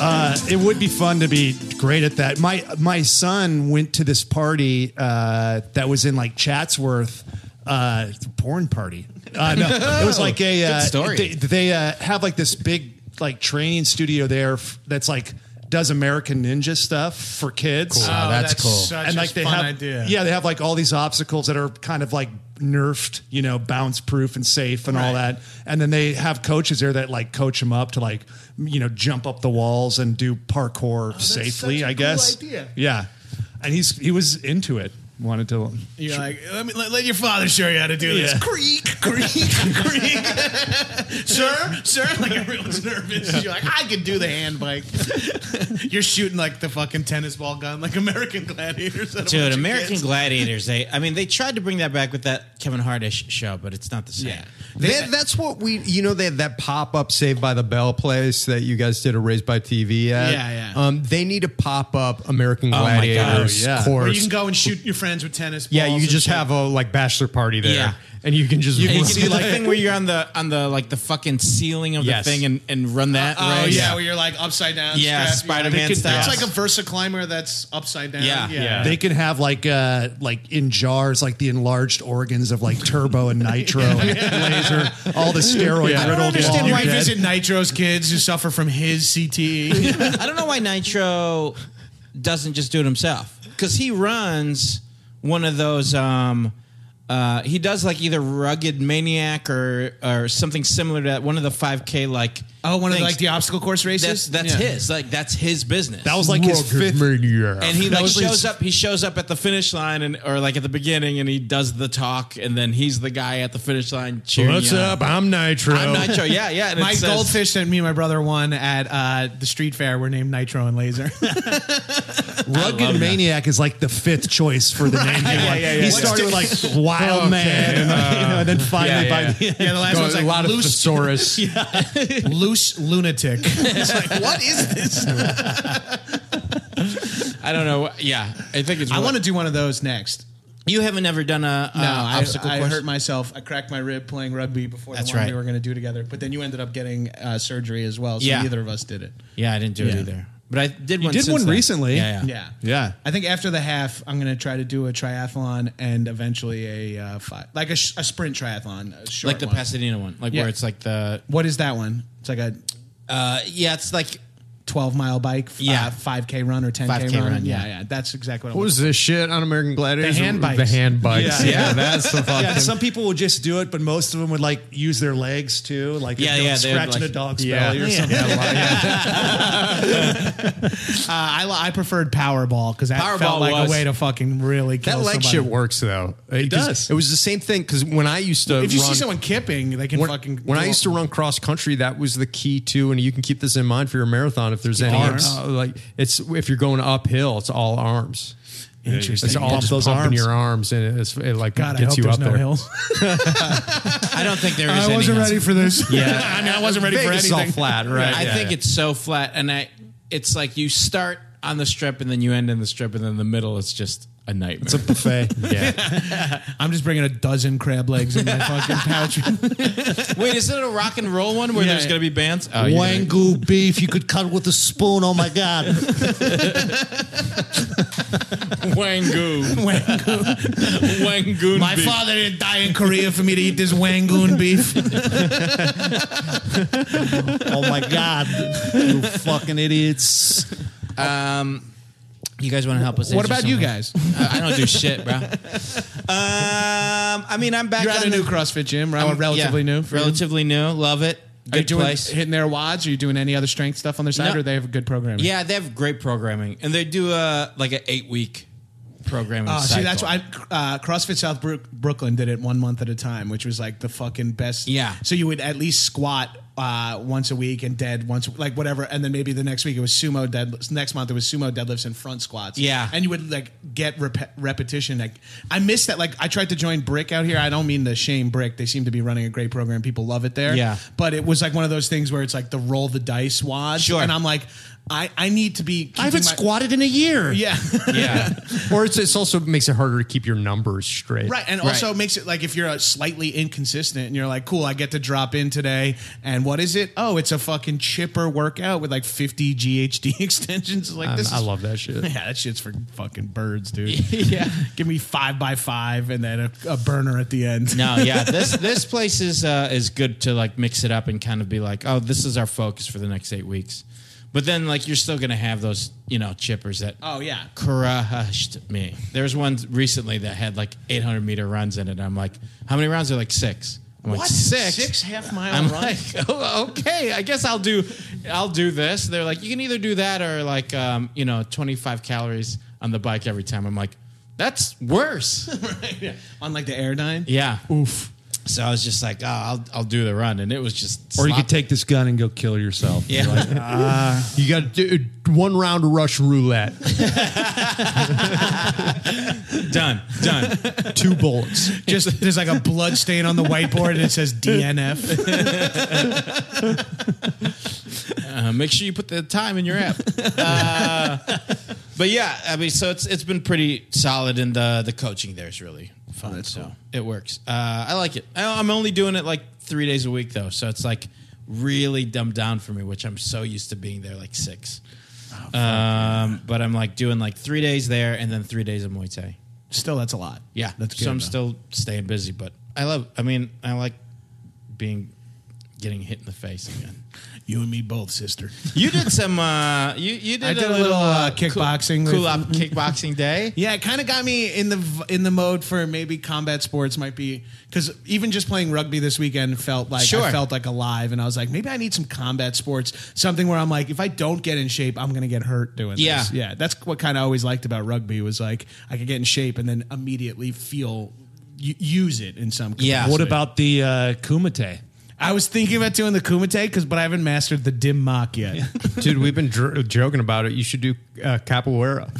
Uh, it would be fun to be great at that. My my son went to this party uh, that was in like Chatsworth. Uh, porn party. Uh, no, it was like a uh,
story.
They, they uh, have like this big like training studio there f- that's like does American Ninja stuff for kids.
Wow, that's, cool.
Such
and
a
like they
fun
have,
idea.
yeah, they have like all these obstacles that are kind of like nerfed, you know, bounce proof and safe and all that. And then they have coaches there that like coach them up to like, you know, jump up the walls and do
Oh,
parkour safely.
such a
I
cool
guess.
idea.
Yeah, and he's he was into it. Wanted to.
You're like, let, me, let, let your father show you how to do this.
Yeah.
Creak, creak, creak. sir, sir, like everyone's nervous. You're like, I can do the hand bike. You're shooting like the fucking tennis ball gun, like American Gladiators. at a bunch
Dude,
of
American
kids.
Gladiators. They, I mean, they tried to bring that back with that Kevin Hardish show, but it's not the same. Yeah.
That, that's what we, you know, they had that pop up Saved by the Bell place that you guys did a Raised by TV at.
Yeah, yeah.
Um, they they need a pop up American
Oh my
Gladiators
God, yeah.
course.
Where you can go and shoot your friends with tennis balls.
yeah, you
and
could just
shit.
have a like bachelor party there,
Yeah.
and you can just
You can see
run-
like thing where you're on the on the like the fucking ceiling of
Yes.
the thing and, and run that.
Oh,
right?
yeah, where you're like upside down.
Yeah,
strapped, you're
Spider-Man
like- It's
style.
like a Versa climber that's upside down.
Yeah.
yeah.
They can have like uh like in jars like the enlarged organs of like turbo and nitro and laser, all the steroid
I don't
riddled
understand
wall
why I
you get.
visit Nitro's kids who suffer from his E. CTE.
I don't know why Nitro doesn't just do it himself because he runs one of those. Um, uh, he does like either rugged maniac or or something similar to that. One of the five k like
oh, one of the,
things.
like the obstacle course
that's
races.
that's his like that's his business.
That was like his fifth
Oh.
and he
that
like
was his-
shows up. He shows up at the finish line and or like at the beginning and he does the talk and then he's the guy at the finish line cheering.
What's
you on.
up? I'm Nitro.
I'm Nitro. Yeah, yeah. and it
My
says-
goldfish that me and my brother won at uh, the street fair were named Nitro and Laser.
Rugged Maniac is like the fifth choice for the name.
Yeah,
Like,
yeah, yeah,
he
yeah.
started like
Oh,
Wild Man, and, you know, and then finally by the end.
yeah, the last
Go-
one's
a
like
lot of
loose,
thesaurus.
loose lunatic. it's like, what is this?
I don't know. Yeah, I think it's.
I want to do one of those next.
You haven't ever done a, a
No, I,
Uh, obstacle
I
course?
hurt myself. I cracked my rib playing rugby before
That's
the one
right.
we were going to do together. But then you ended up getting uh, surgery as well, so
Yeah.
neither of us did it.
Yeah, I didn't do it either. But I did one.
did
since
one
then.
recently.
Yeah, yeah.
Yeah.
Yeah.
I think after the half, I'm going to try to do a triathlon and eventually a uh, five, like a, sh- a sprint triathlon, a short
Like the
one.
Pasadena one, like
Yeah.
where it's like the
What is that one? It's like a
uh, yeah, it's like
12 mile bike, f-
Yeah.
uh, 5K run or 10K
5K
run.
run,
yeah.
yeah.
yeah, That's exactly what,
What
I was.
was this shit on American Gladiators?
The hand
The
bikes.
hand bikes.
Yeah.
Yeah, that's the fucking.
Yeah, some people would just do it, but most of them would like use their legs too, like
Yeah, yeah,
if they were
they would,
scratching
like-
a dog's
Yeah.
belly or
Yeah.
something.
Uh, I, li- I preferred Powerball because that
Powerball
felt like
was-
a way to fucking really
that
kill
leg
somebody.
shit works though. It, just-
does.
It was the same thing because when I used to,
If you see
run-
someone kipping, they can
when,
fucking.
when I used to run cross country, that was the key too. And you can keep this in mind for your marathon if there's any
Arms.
uh, like it's if you're going uphill, it's all arms.
Interesting.
It's all
Pump
just
those
pumping
arms.
your arms, and it's, it like
God, I
gets
hope
you
there's
up
no
there.
hills.
I don't think there is. any
for this.
Yeah.
I mean, I wasn't ready
Vegas is
for
all
anything.
flat, right?
I think it's so flat, and I it's like you start on the strip and then you end in the strip, and then the middle is just a nightmare.
It's a buffet.
I'm just bringing a dozen crab legs in my fucking pouch.
Wait, is it a rock and roll one where
Yeah,
there's
yeah.
gonna be bands? Oh, you're gonna-
Wagyu beef you could cut with a spoon. Oh my god!
Wangu, Wangu.
My
beef.
father didn't die in Korea for me to eat this Wangoon beef.
Oh my god! You fucking idiots!
Um, you guys want to help us?
What
answer
about you
something?
guys?
I I don't do shit, bro. Um, I mean, I'm back.
You're at
on
a new
the-
CrossFit gym, right?
I'm-
Or Oh, relatively
yeah,
new. for you?
Relatively new. Love it.
Are you
Good
doing
place.
hitting their wads? Are you doing any other strength stuff on their side,
No.
or they have a good programming?
Yeah, they have great programming, and they do uh, like an eight week programming.
Oh, see,
cycle.
that's why I, uh, CrossFit South Brook, Brooklyn did it one month at a time, which was like the fucking best.
Yeah.
So you would at least squat uh, once a week and dead once, like whatever, and then maybe the next week it was sumo deadlifts. Next month it was sumo deadlifts and front squats.
Yeah.
And you would like get rep- repetition. Like I miss that. Like I tried to join Brick out here. I don't mean to shame Brick. They seem to be running a great program. People love it there.
Yeah.
But it was like one of those things where it's like the roll the dice wads,
Sure.
and I'm like. I, I need to be.
I haven't
keeping my-
squatted in a year.
Yeah.
Yeah. or it's, it's also makes it harder to keep your numbers straight.
Right, and also it makes it like if you're uh, slightly inconsistent and you're like, "Cool, I get to drop in today." And what is it? Oh, it's a fucking chipper workout with like 50 GHD extensions. Like
Um,
this,
I
is-
love that shit.
Yeah, that shit's for fucking birds, dude. yeah, give me five by five and then a, a burner at the end.
No, yeah, this this place is uh, is good to like mix it up and kind of be like, oh, this is our focus for the next eight weeks. But then like you're still gonna have those you know chippers that
Oh yeah,
crushed me. There was one recently that had like 800 meter runs in it. I'm like, how many rounds are like six? I'm like
What?
six,
Six half-mile
I'm
runs?
like, oh, okay, I guess I'll do, I'll do this. They're like, you can either do that or like, um, you know, 25 calories on the bike every time. I'm like, that's worse.
on like the airdyne.
Yeah. Oof. So I was just like, oh, I'll, I'll do the run. And it was just.
Or you
slop-
could take this gun and go kill yourself.
Yeah.
You got to do uh, one round of Russian roulette,
done, done.
two bullets.
Just there's like a blood stain on the whiteboard and it says DNF.
Uh, make sure you put the time in your app. Uh, but yeah, I mean, so it's it's been pretty solid, and the the coaching there is really fun. so it works. Uh, I like it. I, I'm only doing it like three days a week though, so it's like really dumbed down for me, which I'm so used to being there like six.
Oh,
um, but I'm like doing like three days there, and then three days of Muay Thai.
Still, that's a lot.
Yeah,
that's good.
so I'm
though.
still staying busy, but I love. I mean, I like being getting hit in the face again.
you and me both, sister.
You did some. Uh, you you did,
I did
a little, uh,
kickboxing
Cool,
with-
cool op kickboxing day.
Yeah, it kind of got me in the v- in the mode for maybe combat sports might be because even just playing rugby this weekend felt like
Sure.
I felt like alive, and I was like, maybe I need some combat sports, something where I'm like, if I don't get in shape, I'm gonna get hurt doing
Yeah.
this. Yeah, that's what kind of always liked about rugby was like I could get in shape and then immediately feel u- use it in some. Capacity.
Yeah.
What about the uh, kumite?
I was thinking about doing the kumite because, but I haven't mastered the dim mak yet.
Dude, we've been dr- joking about it. You should do uh, capoeira.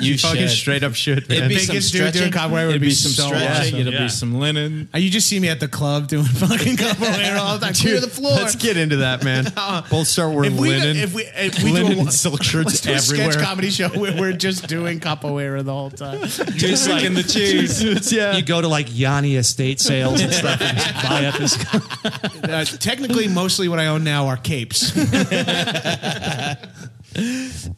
You
Fucking
should.
straight up shit,
It'd
man.
be
Biggest
some
dude
stretching.
doing capoeira would
It'd
be
some
so
stretching.
awesome.
It'd
Yeah.
be some linen.
Uh, you just see me at the club doing fucking capoeira all the time. Clear the floor. Uh,
Let's get into that, man. Both start wearing
If we-
linen.
if we- if we do
linen
a-
and silk shirts
to a
everywhere.
sketch comedy show where we're just doing capoeira the whole time.
Just like in the cheese.
yeah.
You go to like Yanni estate sales and stuff and just buy up his.
Uh, technically, mostly what I own now are capes.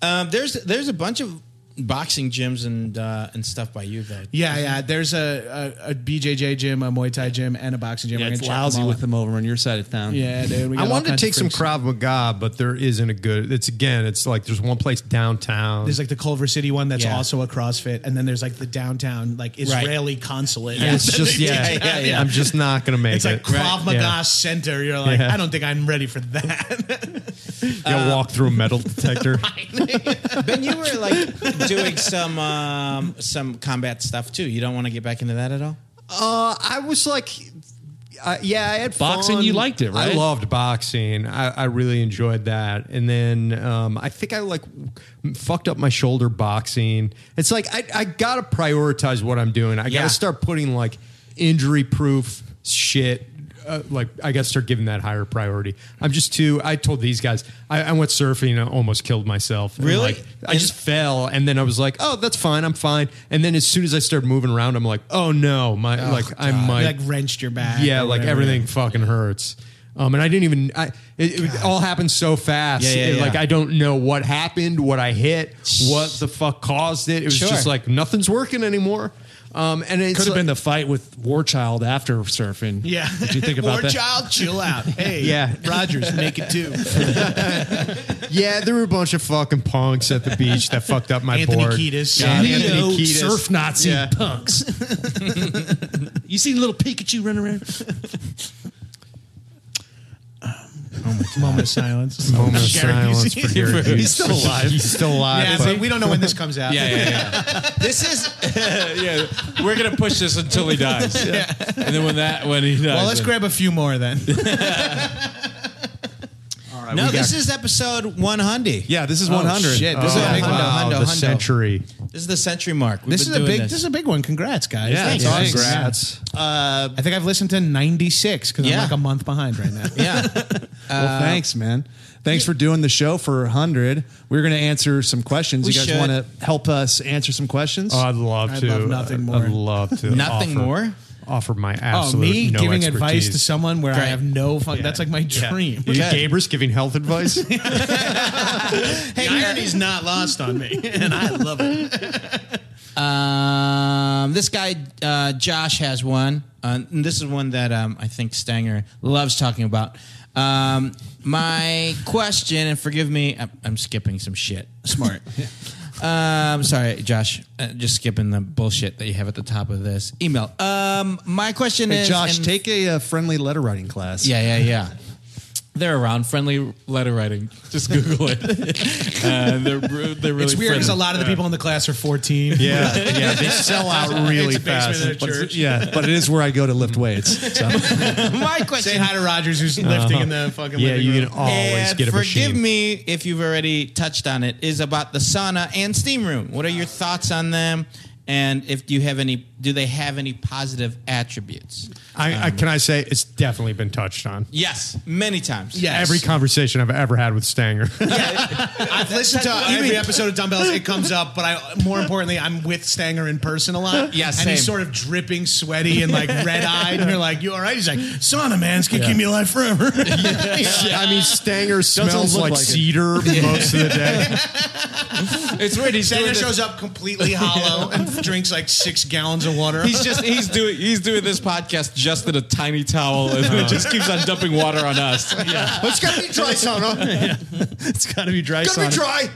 Um, there's there's a bunch of boxing gyms and uh, and stuff by you though.
Yeah, yeah. There's a, a, a BJJ gym, a Muay Thai gym, and a boxing gym.
Yeah,
We're
it's
gonna check
lousy
them all
with
out.
them over on your side of town.
Yeah, dude. We
I
got all
wanted to
kinds
take
of
some
freaks.
Krav Maga, but there isn't a good. It's again, it's like there's one place downtown.
There's like the Culver City one that's
Yeah.
also a CrossFit, and then there's like the downtown like Israeli consulate.
and it's just yeah,
yeah, yeah.
I'm just not gonna make
It's
it.
like Krav Maga
Yeah.
Center. You're like,
Yeah.
I don't think I'm ready for that.
You walk through a metal detector.
Ben, you were like doing some um, some combat stuff too. You don't want to get back into that at all.
Uh, I was like, uh, yeah, I had
Boxing,
fun.
you liked it, right?
I loved boxing. I, I really enjoyed that. And then um, I think I like fucked up my shoulder boxing. It's like I, I gotta prioritize what I'm doing. I
Yeah.
gotta start putting like injury proof shit. Uh, like I gotta start giving that higher priority. I'm just too. I told these guys I, I went surfing and I almost killed myself. And,
Really?
like, I just fell, and then I was like, "Oh, that's fine. I'm fine." And then as soon as I started moving around, I'm like, "Oh no, my like I might
like wrenched your back.
yeah,
or
like
whatever.
everything fucking hurts. Um, and I didn't even. I, it, it all happened so fast.
Yeah, yeah,
It-
yeah.
Like I don't know what happened, what I hit, what the fuck caused it. It was
Sure.
just like nothing's working anymore. Um, and it's
Could have
like-
been the fight with War Child after surfing.
Yeah.
Did you think
War
about that?
child, chill out. Hey,
Yeah.
Rogers, make it two.
yeah, there were a bunch of fucking punks at the beach that fucked up my
Anthony
board.
Kiedis.
Yeah,
Neo
Anthony Kiedis.
Surf Nazi
Yeah.
punks. you see little Pikachu running around?
Moment of silence.
Moment of
Jared,
silence
you
for
see-
Gary Busey.
He's still alive.
He's still alive.
Yeah,
but-
but we don't know when this comes out.
yeah, yeah. yeah. this is yeah. We're gonna push this until he dies, and then when that when he dies,
Well, let's
then-
grab a few more then.
right,
No,
we
this
got-
is episode 100.
Yeah, this is 100.
shit. This is
Oh,
a big one.
wow,
Hundo, hundo.
the century.
This is the century mark. We've
This
been
is a
doing
big. This.
This.
is a big one. Congrats, guys. Thanks.
Yeah,
Thanks.
Congrats.
Uh,
I think I've listened to 96 because
Yeah.
I'm like a month behind right now.
yeah.
Well, thanks, man. Thanks for doing the show for 100. We're going to answer some questions.
We
you guys
should.
want to help us answer some questions?
Oh, I'd love
I'd
to.
love nothing more.
I'd love to.
Nothing
offer-
more?
Offer my
Oh,
absolute.
me
no
giving
expertise.
advice to someone where I
Right.
have no fun. That's like my dream.
You Gabrus giving health advice?
hey,
The irony's not lost on me, and I love it.
Um, this guy uh, Josh has one, uh, and this is one that um, I think Stanger loves talking about. Um, my question, and forgive me, I'm, I'm skipping some shit. Smart. um, sorry, Josh, uh, just skipping the bullshit that you have at the top of this email. Um, my question
Hey,
is,
Josh,
and-
take a, uh friendly letter writing class.
yeah, yeah, yeah. They're around friendly letter writing. Just Google it. uh, they're they're really
It's weird because a lot of the people in the class are 14.
yeah, yeah, they sell out
It's
really
a basement
fast.
in a church.
Yeah, but it is where I go to lift weights. So.
my
Say
question.
hi to Rogers, who's lifting in the fucking
Uh-huh. Yeah,
living
you
room.
can always
and
get a
forgive
machine.
me if you've already touched on it is about the sauna and steam room what are your thoughts on them and if do you have any do they have any positive attributes
I,
Um,
I, can I say it's definitely been touched on.
yes many times
Yes.
Every conversation I've ever had with Stanger.
I've listened to every episode of Dumbbells. It comes up, but I more importantly, I'm with Stanger in person a lot.
Yeah,
and
same.
he's sort of dripping, sweaty, and like red eyed. And you're like, "You all right?" He's like, "Sauna, man, it's gonna keep me alive forever."
I mean, Stanger smells
look
like,
like it.
cedar most of the day.
it's weird he's
Stanger
doing this-
shows up completely hollow and drinks like six gallons of water.
He's just he's doing he's doing this podcast just in a tiny towel and it just keeps on dumping water on us.
It's gotta be dry sauna.
it's got to be dry.
Gotta be
sauna.
dry.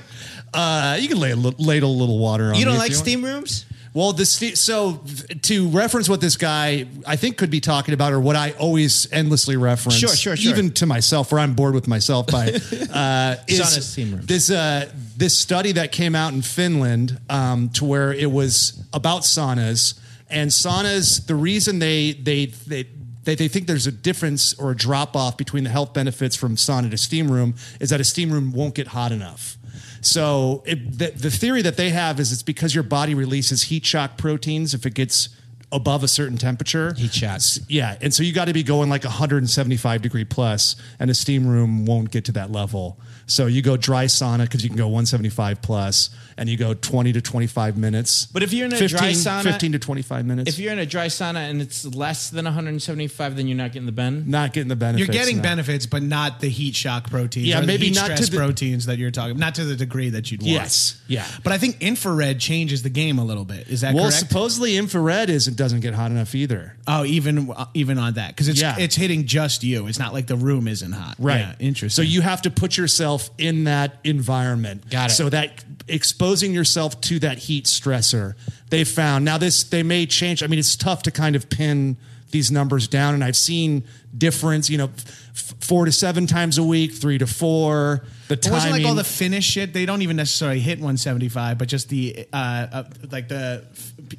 Uh, you can lay a li- ladle a little water on.
You don't
if
like
want.
steam rooms?
Well, the ste- so to reference what this guy I think could be talking about, or what I always endlessly reference,
Sure, sure, sure.
even to myself, where I'm bored with myself by, uh,
Sauna
is
steam rooms.
this uh, this study that came out in Finland um, to where it was about saunas and saunas. The reason they they they. They, they think there's a difference or a drop off between the health benefits from sauna to steam room is that a steam room won't get hot enough. So it, the, the theory that they have is it's because your body releases heat shock proteins if it gets above a certain temperature.
Heat shots.
Yeah, and so you got to be going like 175 degree plus, and a steam room won't get to that level. So you go dry sauna because you can go 175 plus, and you go 20 to 25 minutes.
But if you're in a dry sauna-
15 to 25 minutes,
If you're in a dry sauna and it's less than 175, then you're not getting the bend.
not getting the benefits,
You're getting
no.
benefits, but not the heat shock proteins.
Yeah,
or the
maybe
heat
not to
stress
the-
proteins that you're talking. Not to the degree that you'd want.
Yes, yeah.
But I think infrared changes the game a little bit. Is that
Well,
correct?
supposedly infrared is it doesn't get hot enough either.
oh, even even on that because it's
Yeah.
it's hitting just you. It's not like the room isn't hot.
Right.
Yeah,
So
interesting.
you have to put yourself in that environment.
Got it.
So that exposing yourself to that heat stressor, they found. Now this they may change. I mean, it's tough to kind of pin these numbers down, and I've seen difference. You know, f- four to seven times a week, three to four. The
It
timing.
wasn't like all the finish shit. They don't even necessarily hit 175, but just the uh, uh like the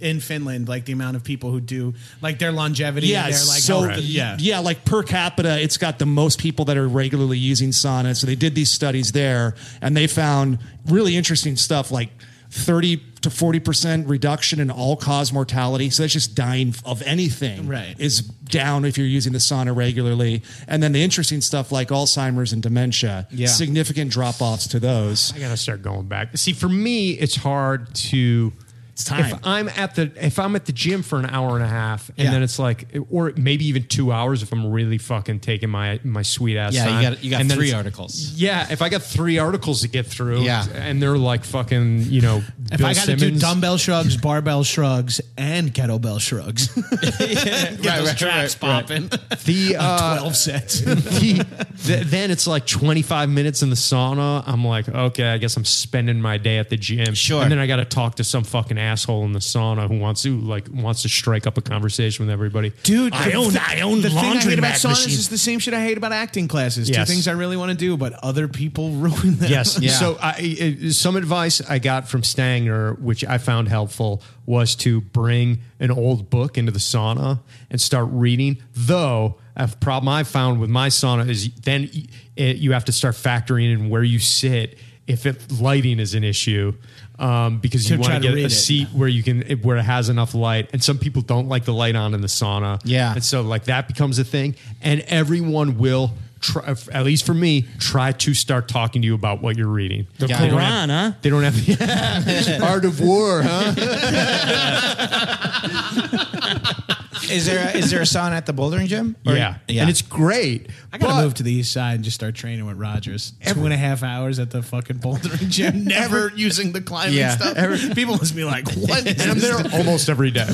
in Finland, like the amount of people who do like their longevity.
yeah,
their, like,
so
health-
yeah,
yeah,
yeah, like per capita, it's got the most people that are regularly using sauna. So they did these studies there, and they found really interesting stuff like thirty to forty percent reduction in all cause mortality. So that's just dying of anything,
Right.
Is down if you're using the sauna regularly, and then the interesting stuff like Alzheimer's and dementia,
Yeah.
significant drop offs to those.
I gotta start going back. See, for me, it's hard to. It's
time.
If I'm at the if I'm at the gym for an hour and a half, and
Yeah.
then it's like, or maybe even two hours if I'm really fucking taking my my sweet ass.
Yeah, you
time.
got- you got
And then
three
it's-
articles.
Yeah, if I got three articles to get through,
Yeah.
and they're like fucking, you know,
If
Bill
I got to do
Simmons.
dumbbell shrugs, barbell shrugs, and kettlebell shrugs, get
right,
those
right,
traps popping.
the uh,
Twelve sets.
the, th- then it's like 25 minutes in the sauna. I'm like, okay, I guess I'm spending my day at the gym.
Sure.
And then I got to talk to some fucking
asshole in the sauna who wants to like wants to strike up a conversation with everybody.
Dude,
I
the
own
thi-
I own
the thing I
laundry
hate about
mat
saunas
machine.
is the same shit I hate about acting classes.
Yes.
Two things I really want to do, but other people ruin them.
Yes. Yeah.
So, I, I- some advice I got from Stanger, which I found helpful, was to bring an old book into the sauna and start reading. Though, a problem I found with my sauna is then y- it, you have to start factoring in where you sit if it, lighting is an issue. Um, because you
To
want
try
to
to
get
read
a
it.
seat where you can where it has enough light, and some people don't like the light on in the sauna.
Yeah.
and so like that becomes a thing, and everyone will. Try, at least for me, try to start talking to you about what you're reading. The
Got it.
Quran, huh? They don't have Art of War, huh?
Is there a, is there a sauna at the bouldering gym? Or-
yeah. and it's great.
I gotta
but
move to the east side and just start training with Rogers. Two and a half hours at the fucking bouldering gym, never using the climbing
Yeah.
stuff. People must be like, "What?"
and I'm there almost every day.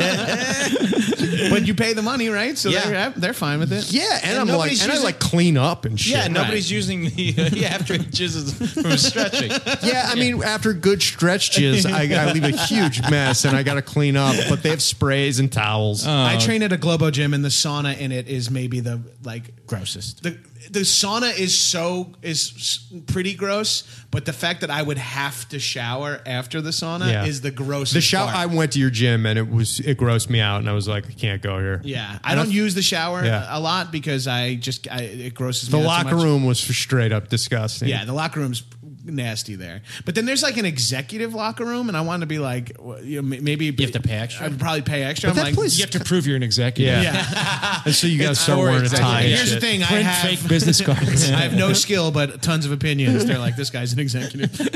but you pay the money, right? So
Yeah.
they're they're fine with it.
Yeah, and, I'm like,
nobody's
and I
using-
like clean up and shit.
Yeah, nobody's using the yeah, after it jizzes from stretching.
Yeah, I mean, after good stretch jizz, I, I leave a huge mess and I got to clean up. But they have sprays and towels.
I train at a Globo gym, and the sauna in it is maybe the like
Grossest.
the the sauna is so is s- pretty gross, but the fact that I would have to shower after the sauna
Yeah.
is the grossest.
the shower.
part.
I went to your gym and it was it grossed me out, and I was like, I can't go here.
yeah, I don't use the shower
Yeah.
a lot because I just I, it grosses
The
me. out so
locker
much.
room was straight up disgusting.
Yeah, the locker room's nasty there. But then there's like an executive locker room, and I want to be like, well, you know, m- maybe you
have to pay extra?
I'd probably pay extra. I'm
that
like,
place-
You have to prove you're an executive.
yeah. and so you got to start wearing a tie. and
Here's
shit.
the thing: I
Print
have
fake business cards.
I have no skill, but tons of opinions. They're like, this guy's an executive.
Uh,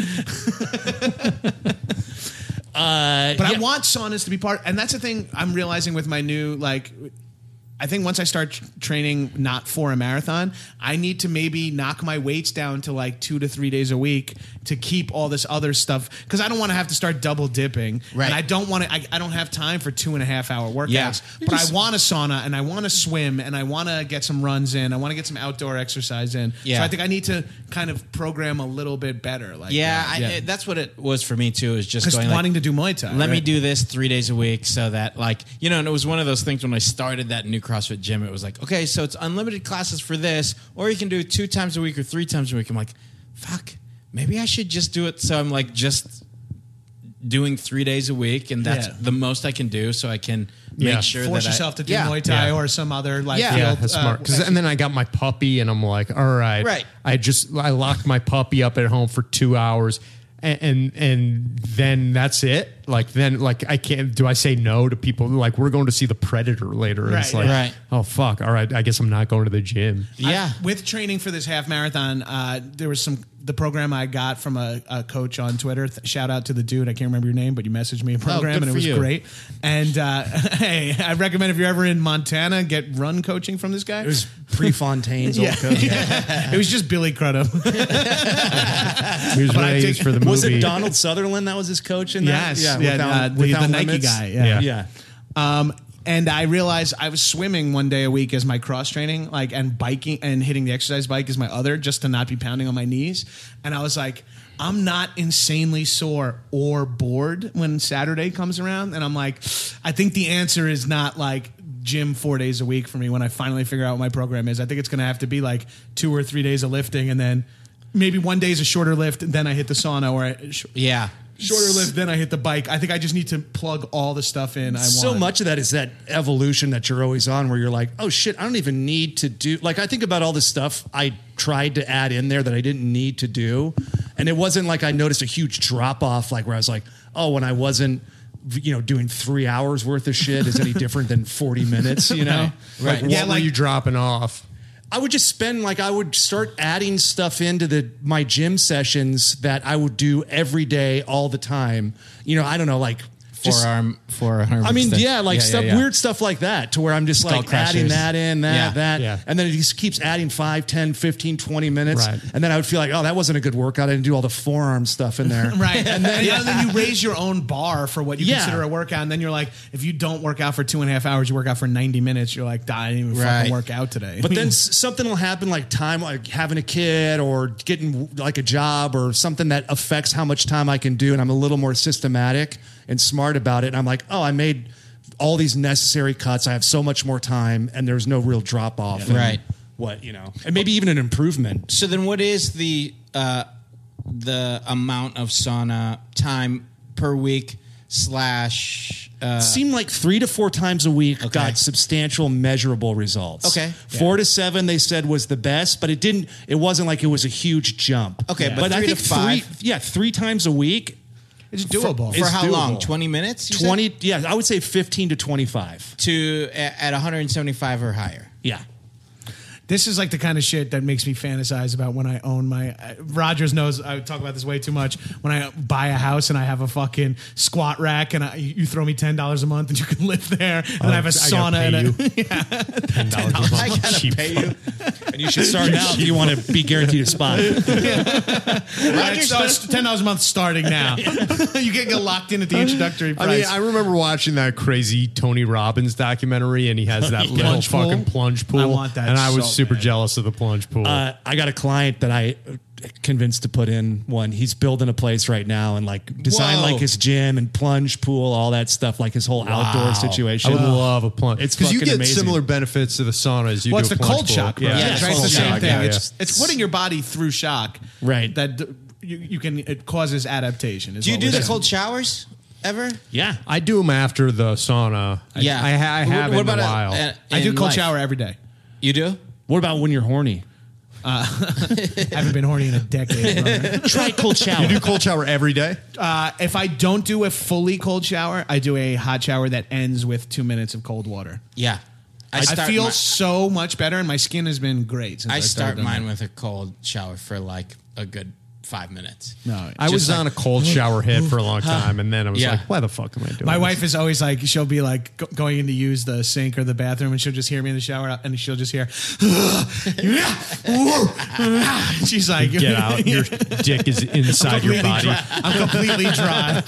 But
yeah.
I want saunas to be part, and that's the thing I'm realizing with my new like. I think once I start tr- training not for a marathon, I need to maybe knock my weights down to like two to three days a week to keep all this other stuff because I don't want to have to start double dipping.
Right.
And I don't want to. I, I don't have time for two and a half hour workouts.
Yeah.
But I want a sauna and I want to swim and I want to get some runs in. I want to get some outdoor exercise in.
Yeah.
So I think I need to kind of program a little bit better. Like
Yeah,
that.
I, it- that's what it was for me too. Is just
Just
going
wanting
like,
to do Muay Thai,
Let me
right?
do this three days a week, so that like you know. And it was one of those things when I started that new CrossFit gym. It was like, okay, so it's unlimited classes for this, or you can do it two times a week or three times a week. I'm like, fuck, maybe I should just do it. So I'm like just doing three days a week, and that's
Yeah.
the most I can do, so I can
Yeah.
make sure
force
that I-
yourself to do
Yeah.
Muay Thai
Yeah.
or some other like
Yeah.
field,
Yeah, that's
uh,
smart. 'Cause- and then I got my puppy, and I'm like, all right,
Right.
I just I locked my puppy up at home for two hours, and and, and then that's it. Like then, like I can't. Do I say no to people? Like we're going to see the Predator later. and it's
Right,
like,
yeah. Right.
oh fuck, all right, I guess I'm not going to the gym.
Yeah.
with training for this half marathon, uh, there was some the program I got from a, a coach on Twitter. Th- shout out to the dude I can't remember your name, but you messaged me a program
Oh, good
and it
for
was
you.
great. And uh, hey, I recommend if you're ever in Montana, get run coaching from this guy.
it was pre Fontaine's old coach.
it was just Billy Crudup.
Here's what I,
take-
use for the movie.
Was it Donald Sutherland that was his coach in that?
Yes, yeah, uh, the- the Nike guy,
yeah.
yeah.
Yeah.
Um, and I realized I was swimming one day a week as my cross training, like and biking and hitting the exercise bike as my other, just to not be pounding on my knees. And I was like, I'm not insanely sore or bored when Saturday comes around. And I'm like, I think the answer is not like gym four days a week for me when I finally figure out what my program is. I think it's gonna have to be like two or three days of lifting and then maybe one day is a shorter lift, then I hit the sauna or I, sh-
yeah.
shorter lift, then I hit the bike. I think I just need to plug all the stuff in I
so
want.
much of that is that evolution that you're always on where you're like oh shit i don't even need to do like i think about all the stuff i tried to add in there that i didn't need to do and it wasn't like i noticed a huge drop off like where i was like oh when i wasn't you know doing three hours worth of shit is any different than 40 minutes you know
Like, what
Yeah,
were
like-
you dropping off?
I would just spend like I would start adding stuff into the my gym sessions that I would do every day all the time. You know, I don't know, like
Just-
forearm, forearm.
I mean,
extension.
yeah, like stuff,
yeah.
weird stuff like that, to where I'm just like adding
crushers.
that in, that,
Yeah,
that.
yeah.
And then it just keeps adding 5, 10, 15, 20 minutes.
Right.
And then I would feel like, oh, that wasn't a good workout. I didn't do all the forearm stuff in there.
Right. And then, and then you raise your own bar for what you
Yeah.
consider a workout. And then you're like, if you don't work out for two and a half hours, you work out for 90 minutes. You're like, "Duh, I didn't even
Right.
fucking work out today.
But then s- something will happen, like time, like having a kid or getting like a job or something that affects how much time I can do. And I'm a little more systematic and smart about it. And I'm like, oh, I made all these necessary cuts. I have so much more time, and there's no real drop off. and
Right.
What you know, and maybe even an improvement.
So then, what is the uh, the amount of sauna time per week slash? Uh,
Seemed like three to four times a week got substantial, measurable results.
Okay.
four to seven they said was the best, but it didn't. It wasn't like it was a huge jump.
Okay, but
I
three to
think
five-
three, yeah, three times a week
it's doable.
for
it's
how long?
doable.
Twenty minutes. you said?
20 yeah i would say 15 to 25
to at, at 175 or higher.
yeah
this is like the kind of shit that makes me fantasize about when I own my. Uh, Rogers knows I talk about this way too much. When I buy a house and I have a fucking squat rack and I, you throw me ten dollars a month and you can live there
Oh,
and I have a sauna and a,
ten dollars a month.
I gotta
Cheap.
pay you.
and you should start out if you want to be guaranteed a spot
Rogers starts ten dollars a month starting now. you can't get locked in at the introductory
I mean,
price.
I remember watching that crazy Tony Robbins documentary, and he has that little
Plunge pool?
fucking plunge pool.
I want that
And I was
so
super
bad.
jealous of the plunge pool.
uh, i got a client that i uh, convinced to put in one he's building a place right now and like design
Whoa.
like his gym and plunge pool all that stuff like his whole outdoor situation
I would love a plunge.
It's
you
fucking
get
amazing.
similar benefits to the sauna as you
Well,
do
it's
a
the
plunge
cold
pool.
shock, bro.
Yeah,
Yeah,
it's
right, it's
cold
the same
shock,
thing.
yeah,
It's, it's putting your body through shock.
Right.
That d- you, you can it causes adaptation. Is
Do you
what
do
we're
the
saying.
cold showers ever?
yeah
I do them after the sauna. I-
Yeah.
I, ha- I
What-
have
what
in
about
a
a-
while.
a-
I do
in
cold
life?
shower every day.
You do?
what about when you're horny
I haven't been horny in a decade. brother.
try cold shower
do cold shower every day.
Uh, if I don't do a fully cold shower, I do a hot shower that ends with two minutes of cold water.
Yeah.
I,
start
feel
my-
so much better, and my skin has been great. Since I,
I start
started doing
mine
it.
with a cold shower for like a good five minutes.
No,
I was on a cold shower hit for a long time, and then I was
Yeah.
like, "Why the fuck am I doing?"
My
this?
wife is always like, she'll be like go- going in to use the sink or the bathroom, and she'll just hear me in the shower, and she'll just hear. She's like,
Get out! Your dick is inside your body.
I'm completely dry.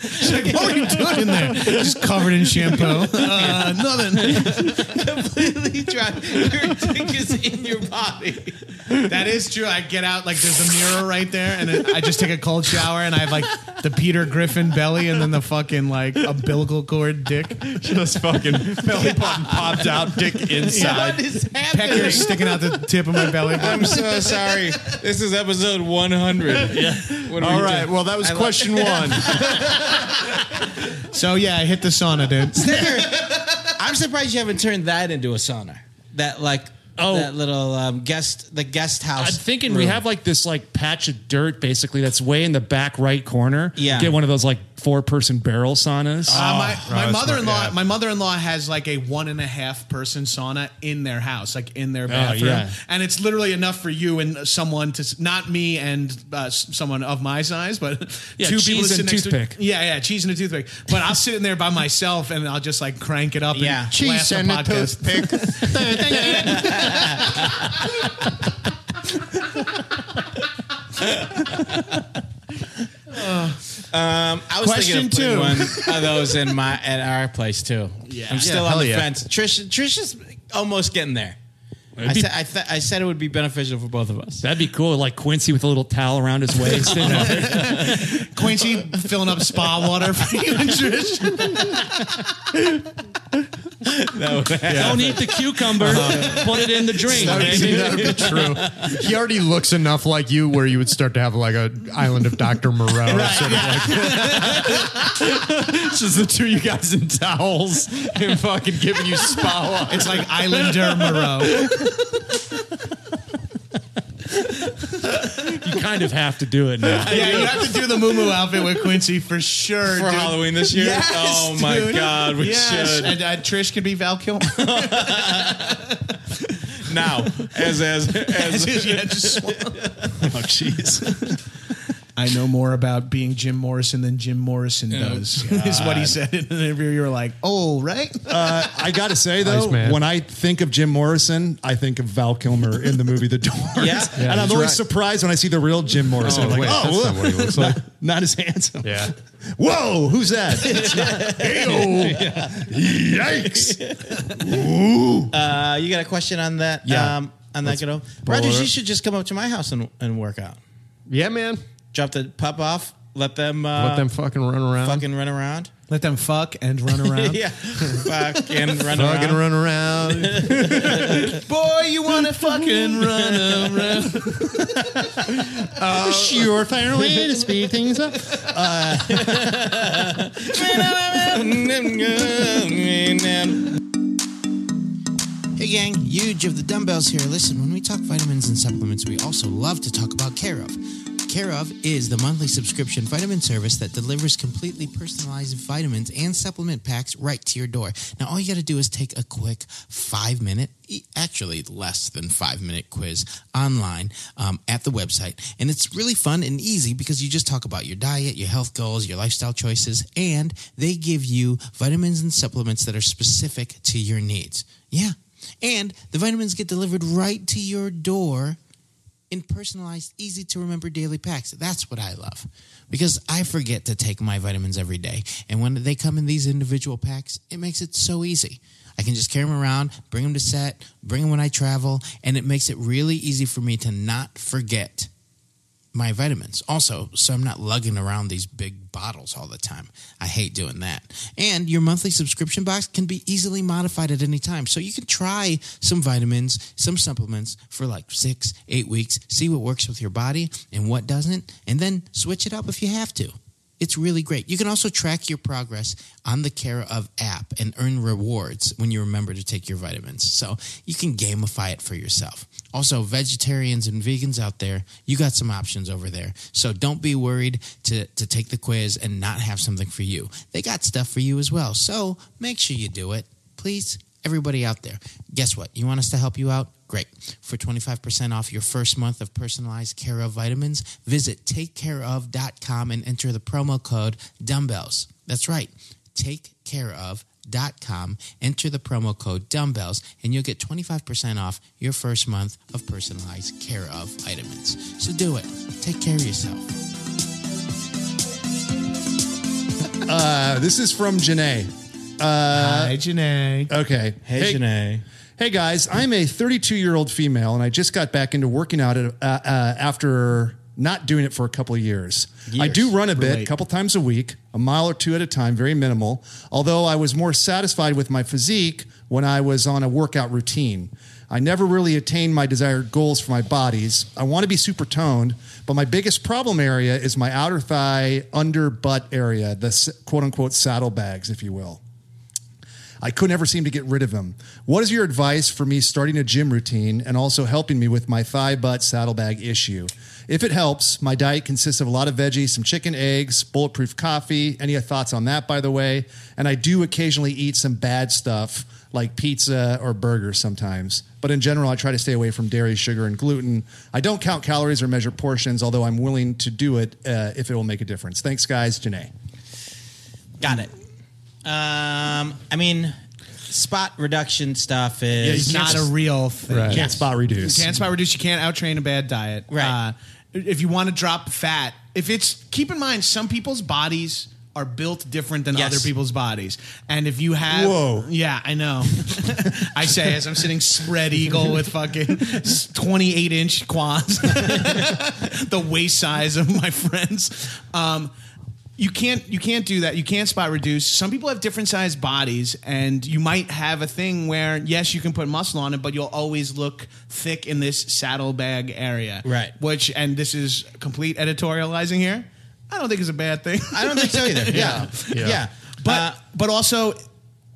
She's like, what are you doing in there? Just covered in shampoo. Uh, nothing.
Completely dry. Your dick is in your body.
That is true. I get out like there's a mirror right there, and then I just take a cold shower, and I have like the Peter Griffin belly, and then the fucking like umbilical cord dick.
Just fucking belly button popped out, dick
What
inside.
is
Pecker
happening?
sticking out the tip of my belly button.
I'm so sorry. This is episode 100. Yeah. What are
All
we
right.
doing?
Well, that was
I love-
question one.
So yeah, I hit the sauna, dude.
I'm surprised you haven't turned that into a sauna. That like
Oh.
that little um, guest the guest house.
I'm thinking we have like this like patch of dirt basically that's way in the back right corner.
Yeah.
Get one of those like four person barrel saunas.
Uh, my my
that's
mother in law
smart, yeah.
my mother in law has like a one and a half person sauna in their house, like in their bathroom,
yeah.
and it's literally enough for you and someone to s- not me and uh, s- someone of my size, but
Yeah,
two people
cheese
to sit
and
next
toothpick.
to yeah, yeah, cheese and a toothpick. But I'll sit in there by myself and I'll just like crank it up,
Yeah.
and blast a podcast.
Um, I was
Question
thinking
two.
of putting one of those in my at our place too. Yeah, I'm still on the fence. Trish, Trish is almost getting there. I said, I, th- I said it would be beneficial for both of us.
That'd be cool, like Quincy with a little towel around his waist. you know?
Quincy filling up spa water for you and Trish.
Don't eat the cucumber.
Uh-huh.
Put it in the drink.
That would, be, that would be true. He already looks enough like you where you would start to have like a island of Dr. Moreau. sort of like, just the two of you guys in towels and fucking giving you spa.
It's like Islander Moreau.
You kind of have to do it now.
Yeah, you have to do the Moo Moo outfit with Quincy for sure.
For
dude.
Halloween this year?
Yes,
Oh my
dude.
God, we
Yes,
should.
And uh, Trish could be Val Kilmer.
Now, as as as
yeah, just
Oh, jeez.
I know more about being Jim Morrison than Jim Morrison does. is what he said in an interview. You're like, oh, right?
Uh, I gotta say though,
Iceman.
when I think of Jim Morrison, I think of Val Kilmer in the movie The Doors.
Yeah. Yeah,
and I'm
he's
always
right.
surprised when I see the real Jim Morrison. I'm like,
wait, that's
oh,
not what he looks like.
not, not as handsome.
Yeah.
Whoa, who's that? Heyo. Yikes.
Uh, you got a question on that?
Yeah.
Um, on that kiddo? Rogers, you should just come up to my house and, and work out.
Yeah, man.
Drop the pup off. Let them uh,
Let them fucking run around.
fucking run around.
Let them fuck and run around.
Yeah, fucking run
Fucking
around.
run around.
Boy, you want to fucking run around.
Uh,
sure, fire away to speed things up.
Hey gang, huge of the dumbbells here. Listen, when we talk vitamins and supplements, we also love to talk about Care of. Care of is the monthly subscription vitamin service that delivers completely personalized vitamins and supplement packs right to your door. Now, all you got to do is take a quick five minute, e- actually less than five minute quiz online um, at the website. And it's really fun and easy because you just talk about your diet, your health goals, your lifestyle choices, and they give you vitamins and supplements that are specific to your needs. Yeah. And the vitamins get delivered right to your door in personalized, easy to remember daily packs. That's what I love because I forget to take my vitamins every day. And when they come in these individual packs, it makes it so easy. I can just carry them around, bring them to set, bring them when I travel, and it makes it really easy for me to not forget my vitamins. Also, so I'm not lugging around these big bottles all the time. I hate doing that. And your monthly subscription box can be easily modified at any time. So you can try some vitamins, some supplements for like six, eight weeks, see what works with your body and what doesn't, and then switch it up if you have to. It's really great. You can also track your progress on the Care of app and earn rewards when you remember to take your vitamins. So you can gamify it for yourself. Also, vegetarians and vegans out there, you got some options over there. So don't be worried to, to take the quiz and not have something for you. They got stuff for you as well. So make sure you do it. Please, everybody out there. Guess what? You want us to help you out? Great. For 25% off your first month of personalized care of vitamins, visit takecareof.com and enter the promo code dumbbells. That's right. Takecareof.com, enter the promo code dumbbells, and you'll get 25% off your first month of personalized care of vitamins. So do it. Take care of yourself.
Uh, this is from Janae.
Hi, Janae.
Okay.
Hey, Janae.
Hey guys, I'm a 32 year old female, and I just got back into working out at, uh, uh, after not doing it for a couple of years. I do run a bit, a couple times a week, a mile or two at a time, very minimal. Although I was more satisfied with my physique when I was on a workout routine. I never really attained my desired goals for my bodies. I want to be super toned, but my biggest problem area is my outer thigh, under butt area, the s- quote unquote saddlebags, if you will. I could never seem to get rid of them. What is your advice for me starting a gym routine and also helping me with my thigh butt saddlebag issue? If it helps, my diet consists of a lot of veggies, some chicken, eggs, bulletproof coffee. Any thoughts on that, by the way? And I do occasionally eat some bad stuff like pizza or burgers sometimes. But in general, I try to stay away from dairy, sugar, and gluten. I don't count calories or measure portions, although I'm willing to do it uh, if it will make a difference. Thanks, guys. Janae.
Got it. Um, I mean, spot reduction stuff
Yeah,
is
It's not a real thing.
Can't spot reduce.
You can't spot reduce. You can't outtrain a bad diet.
Right.
Uh, if you want to drop fat, if it's keep in mind, some people's bodies are built different than
Yes.
other people's bodies, and if you have,
Whoa.
yeah, I know. I say as I'm sitting spread eagle with fucking 28 inch quads, the waist size of my friends. Um, you can't you can't do that. You can't spot reduce. Some people have different sized bodies, and you might have a thing where yes, you can put muscle on it, but you'll always look thick in this saddlebag area.
Right.
Which and this is complete editorializing here. I don't think it's a bad thing.
I don't think so either. Yeah. Yeah.
But
Uh,
but also,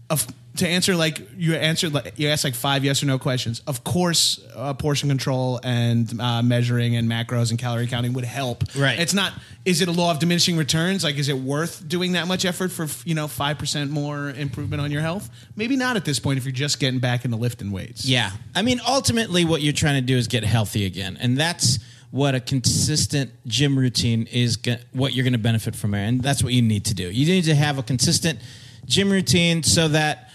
of, to answer like you answered, like, you asked like five yes or no questions. Of course, uh, portion control and uh, measuring and macros and calorie counting would help.
Right.
It's not. Is it a law of diminishing returns? Like, is it worth doing that much effort for you know five percent more improvement on your health? Maybe not at this point if you're just getting back into lifting weights.
Yeah. I mean, ultimately, what you're trying to do is get healthy again. And that's
what a consistent gym routine is, go- what you're going to benefit from there, and that's what you need to do. You need to have a consistent gym routine so that,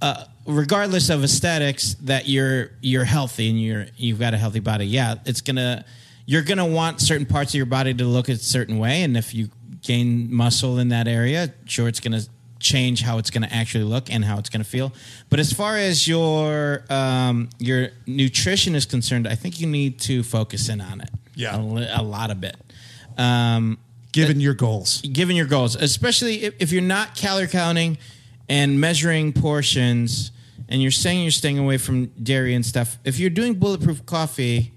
uh, regardless of aesthetics, that you're you're healthy and you're you've got a healthy body. Yeah, it's gonna you're gonna want certain parts of your body to look a certain way, and if you gain muscle in that area, sure, it's gonna change how it's going to actually look and how it's going to feel. But as far as your um, your nutrition is concerned, I think you need to focus in on it.
Yeah.
a, li- a lot of it. Um,
given your goals.
given your goals, especially if, if you're not calorie counting and measuring portions, and you're saying you're staying away from dairy and stuff. If you're doing bulletproof coffee.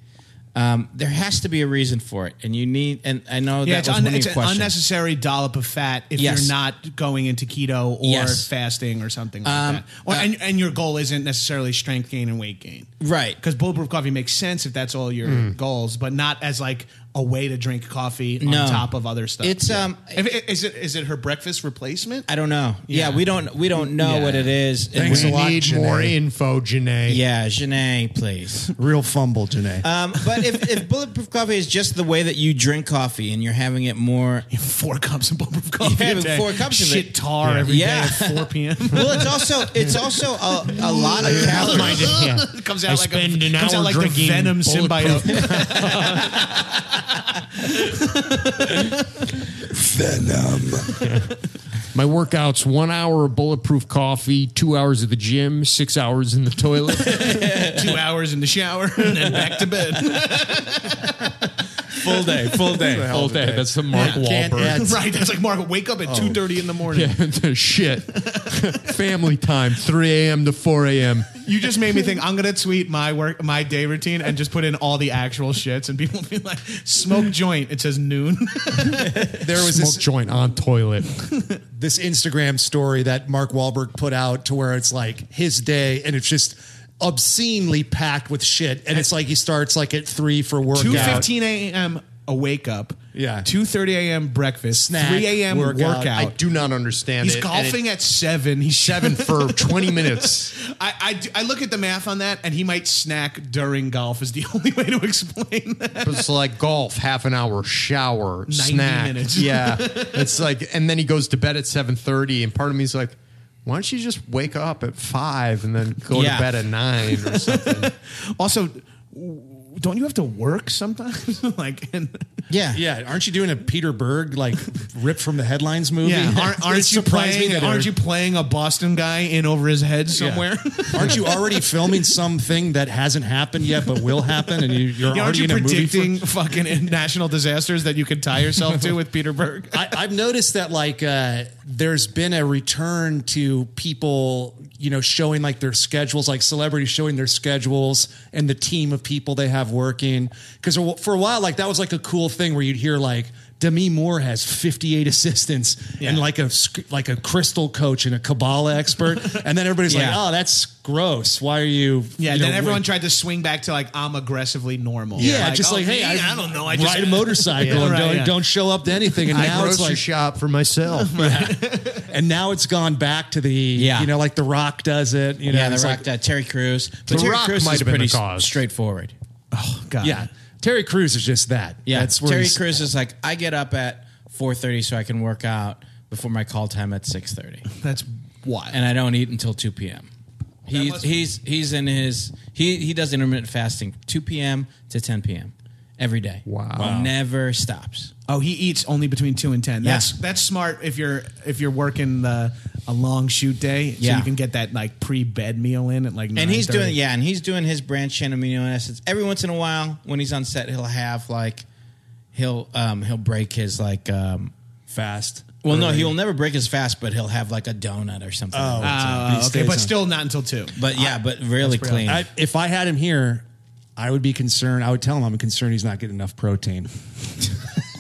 Um, there has to be a reason for it, and you need. And I know
Yeah,
that
it's,
was
un-
one of
it's
your
an
questions.
unnecessary dollop of fat if
Yes.
you're not going into keto or
Yes.
fasting or something like
Um,
that. Or, and, and your goal isn't necessarily strength gain and weight gain.
Right.
Because bulletproof coffee makes sense if that's all your goals, but not as like a way to drink coffee
No.
on top of other stuff.
It's, um,
If it- is it is it her breakfast replacement?
I don't know. Yeah. we don't we don't know what it is. and
Thanks
we-
a lot, need more
Janae.
info, Janae.
Yeah, Janae, please.
Real fumble, Janae.
Um, but if, if bulletproof coffee is just the way that you drink coffee and you're having it more,
Four cups of bulletproof coffee.
Yeah,
a
but
day.
four cups of
Shit
it.
tar every day
Yeah.
at four p.m.
well, it's also it's also a, a lot of calories.
It comes out
I
like
spend
a,
an
comes
hour
out like the
drinking
venom symbiote.
My workouts: one hour of bulletproof coffee, two hours at the gym, six hours in the toilet.
two hours in the shower and then back to bed.
Full day, full day.
All day. That's the Mark
Can't
Wahlberg.
add-
right. That's like Mark. Wake up at two thirty in the morning.
Yeah, shit. Family time, 3 a.m. to 4 a.m.
You just made me think. I'm gonna tweet my work, my day routine, and just put in all the actual shits, and people will be like, "Smoke joint." It says noon.
there was
Smoke
this
joint on toilet.
this Instagram story that Mark Wahlberg put out to where it's like his day and it's just obscenely packed with shit. And it's like he starts like at three for workout.
Two fifteen a.m. a wake up.
Yeah.
Two thirty a.m. breakfast.
Snack,
Three a.m.
workout.
workout.
I do not understand
He's
it.
golfing at seven. He's
seven for 20 minutes.
I, I, do- I look at the math on that, and he might snack during golf is the only way to explain that.
It's like golf, half an hour, shower, 90 snack.
minutes.
Yeah. It's like, and then he goes to bed at 7.30 and part of me's like, why don't you just wake up at 5 and then go
Yeah.
to bed at 9 or something?
Also, w- don't you have to work sometimes? like, and,
Yeah.
Yeah, aren't you doing a Peter Berg like rip from the headlines movie?
Yeah, aren't,
It
aren't you
surprised me
playing?
that
Aren't
our-
you playing a Boston guy in over his head somewhere?
aren't you already filming something that hasn't happened yet but will happen? And you, you're
aren't
already
you
in a movie. for-
predicting fucking national disasters that you could tie yourself to with Peter Berg?
I, I've noticed that like uh, there's been a return to people, you know, showing like their schedules, like celebrities showing their schedules and the team of people they have working. Because for a while, like that was like a cool thing where you'd hear like Demi Moore has 58 assistants and like a sc- like a crystal coach and a Kabbalah expert, and then everybody's
Yeah.
like, "Oh, that's gross. Why are you?"
Yeah,
you
then
know,
everyone
wait-
tried to swing back to like I'm aggressively normal.
Yeah, just
oh,
like, hey,
me? I, don't know. I just
ride a motorcycle
Yeah,
and
right,
don't,
yeah.
don't show up to anything. And
I
now it's
grocery
like
shop for myself.
and now it's gone back to the
Yeah.
you know like the rock does it you know
Yeah, the
it's
Rock,
like-
uh, Terry Crews. But
The
Terry
Rock
Crews
might
is
have been the
pretty
cause.
straightforward.
Oh, God.
yeah terry Crews is just that
Yeah,
that's where
Terry
he's-
Crews is like, I get up at 4:30 so I can work out before my call time at 6:30.
that's wild.
and I don't eat until 2 p.m. He, he's he's in his he he does intermittent fasting 2 p.m. to 10 p.m. every day.
Wow. Wow.
Never stops.
Oh, he eats only between two and ten. That's
Yeah.
that's smart if you're if you're working the, a long shoot day, so
Yeah.
you can get that like pre bed meal in at like.
And he's doing yeah, and he's doing his branch chain amino acids every once in a while. When he's on set, he'll have like he'll um he'll break his like um
fast
well no he will never break his fast, but he'll have like a donut or something. Oh,
Oh, okay, but still not until two.
but yeah, but really clean.
I, if i had him here i would be concerned i would tell him i'm concerned he's not getting enough protein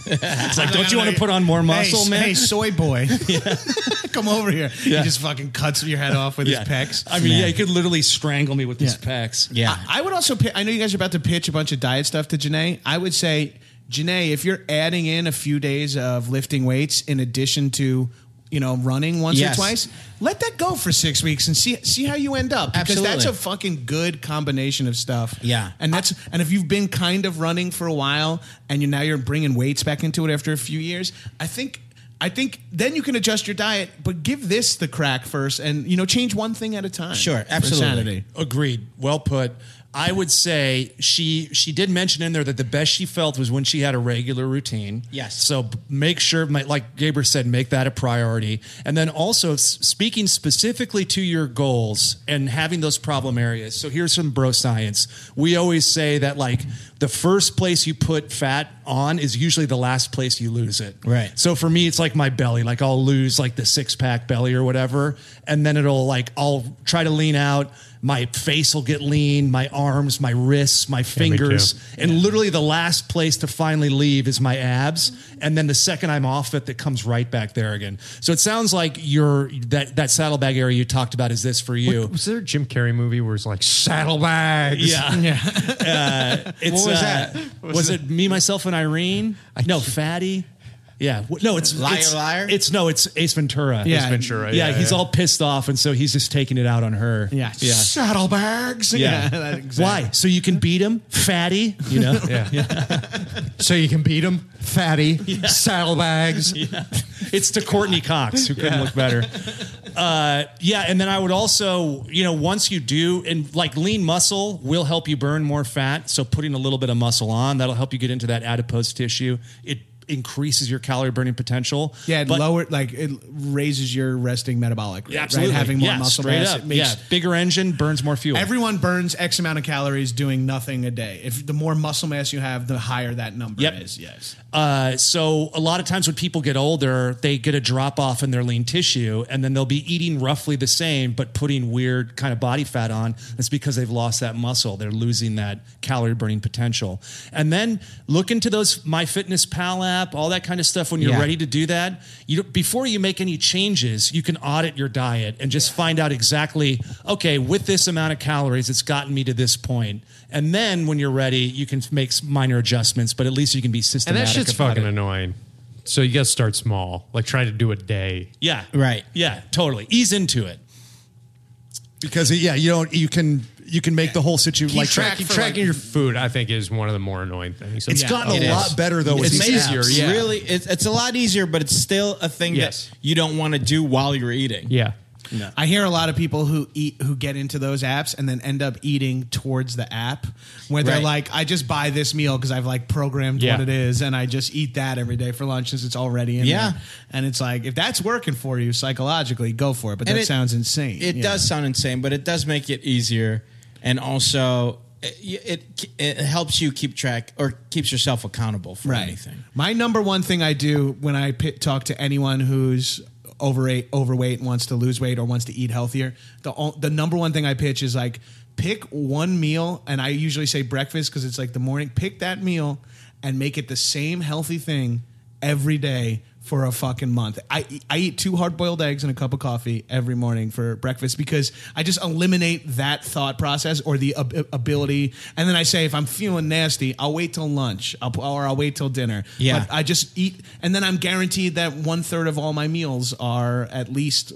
it's like don't you want to put on more muscle
hey,
man
Hey, soy boy, come over here.
Yeah.
He just fucking cuts your head off with
yeah.
his pecs.
i mean
Man.
yeah he could literally strangle me with his
Yeah.
pecs
yeah.
I, I would also. pi- I know you guys are about to pitch a bunch of diet stuff to Janae. I would say, Janae, if you're adding in a few days of lifting weights in addition to you know, running once
Yes.
or twice, let that go for six weeks and see see how you end up. Because that's
Absolutely.
a fucking good combination of stuff.
Yeah.
and that's and if you've been kind of running for a while and you now you're bringing weights back into it after a few years, I think. I think then you can adjust your diet, but give this the crack first, and you know change one thing at a time.
Sure,
for
absolutely.
sanity.
Agreed. Well put. I would say she she did mention in there that the best she felt was when she had a regular routine.
Yes.
So b- make sure, my, like Gaber said, make that a priority. And then also s- speaking specifically to your goals and having those problem areas. So here's some bro science. We always say that like the first place you put fat on is usually the last place you lose it.
Right.
So for me, it's like my belly. Like I'll lose like the six pack belly or whatever, and then it'll like I'll try to lean out. My face will get lean. My arms, my wrists, my fingers, and literally the last place to finally leave is my abs. And then the second I'm off it, that comes right back there again. So it sounds like your that that saddlebag area you talked about is this for you.
Was there a Jim Carrey movie where it's like saddlebags?
Yeah, Uh,
What
it's,
was
uh,
that?
Was, it me, myself, and Irene? no, Fatty. Yeah, W- no, it's
Liar,
it's,
liar?
It's no, it's Ace Ventura.
Yeah.
Ace
Ventura,
Yeah,
yeah,
he's
yeah.
all pissed off, and so he's just taking it out on her.
Yeah.
yeah.
Saddlebags.
Yeah.
that-
Why? So you can beat him, Fatty. You know.
Yeah. so you can beat him, fatty, saddlebags.
it's to Courtney Cox, who couldn't look better. Uh, yeah, and then I would also, you know, once you do, and like lean muscle will help you burn more fat. So putting a little bit of muscle on that'll help you get into that adipose tissue. It increases your calorie burning potential.
Yeah, it
But-
lower like it raises your resting metabolic rate.
Yeah, absolutely.
Right? Having more
yeah,
muscle
straight
mass.
up.
It makes,
yeah, bigger engine burns more fuel.
Everyone burns X amount of calories doing nothing a day. If the more muscle mass you have, the higher that number
Yep.
is. Yes.
Uh, so a lot of times when people get older, they get a drop off in their lean tissue, and then they'll be eating roughly the same, but putting weird kind of body fat on. That's because they've lost that muscle. They're losing that calorie burning potential. And then look into those MyFitnessPal app, all that kind of stuff. When you're
Yeah.
ready to do that, you before you make any changes, you can audit your diet and just find out exactly okay with this amount of calories, it's gotten me to this point. And then when you're ready, you can make minor adjustments, but at least you can be
And
systematic.
that shit's
about
fucking
it.
annoying. So you got to start small. Like try to do a day.
Yeah.
Right.
Yeah. Totally. Ease into it. Because yeah, you don't. You can. You can make the whole situation like
Track, tracking your food, I think, is one of the more annoying things.
It's gotten
It
a
is.
lot better though. with
It's
these
amazing. easier,
apps.
yeah.
Really, it's, it's a lot easier, but it's still a thing
Yes.
that you don't want to do while you're eating.
Yeah.
I hear a lot of people who eat who get into those apps and then end up eating towards the app, where they're
Right.
like, "I just buy this meal because I've like programmed
Yeah.
what it is, and I just eat that every day for lunch since it's already in
Yeah.
there." And it's like, if that's working for you psychologically, go for it. But
And
that
it-
sounds insane.
It
Yeah.
does sound insane, but it does make it easier, and also it, it it helps you keep track or keeps yourself accountable for anything.
My number one thing I do when I pi talk to anyone who's overweight, overweight, and wants to lose weight or wants to eat healthier, the o- the number one thing I pitch is like pick one meal, and I usually say breakfast because it's like the morning. Pick that meal and make it the same healthy thing every day for a fucking month. I I eat two hard boiled eggs and a cup of coffee every morning for breakfast because I just eliminate that thought process or the ab- ability. And then I say if I'm feeling nasty, I'll wait till lunch, I'll, or I'll wait till dinner.
Yeah.
But I just eat, and then I'm guaranteed that one third of all my meals are at least.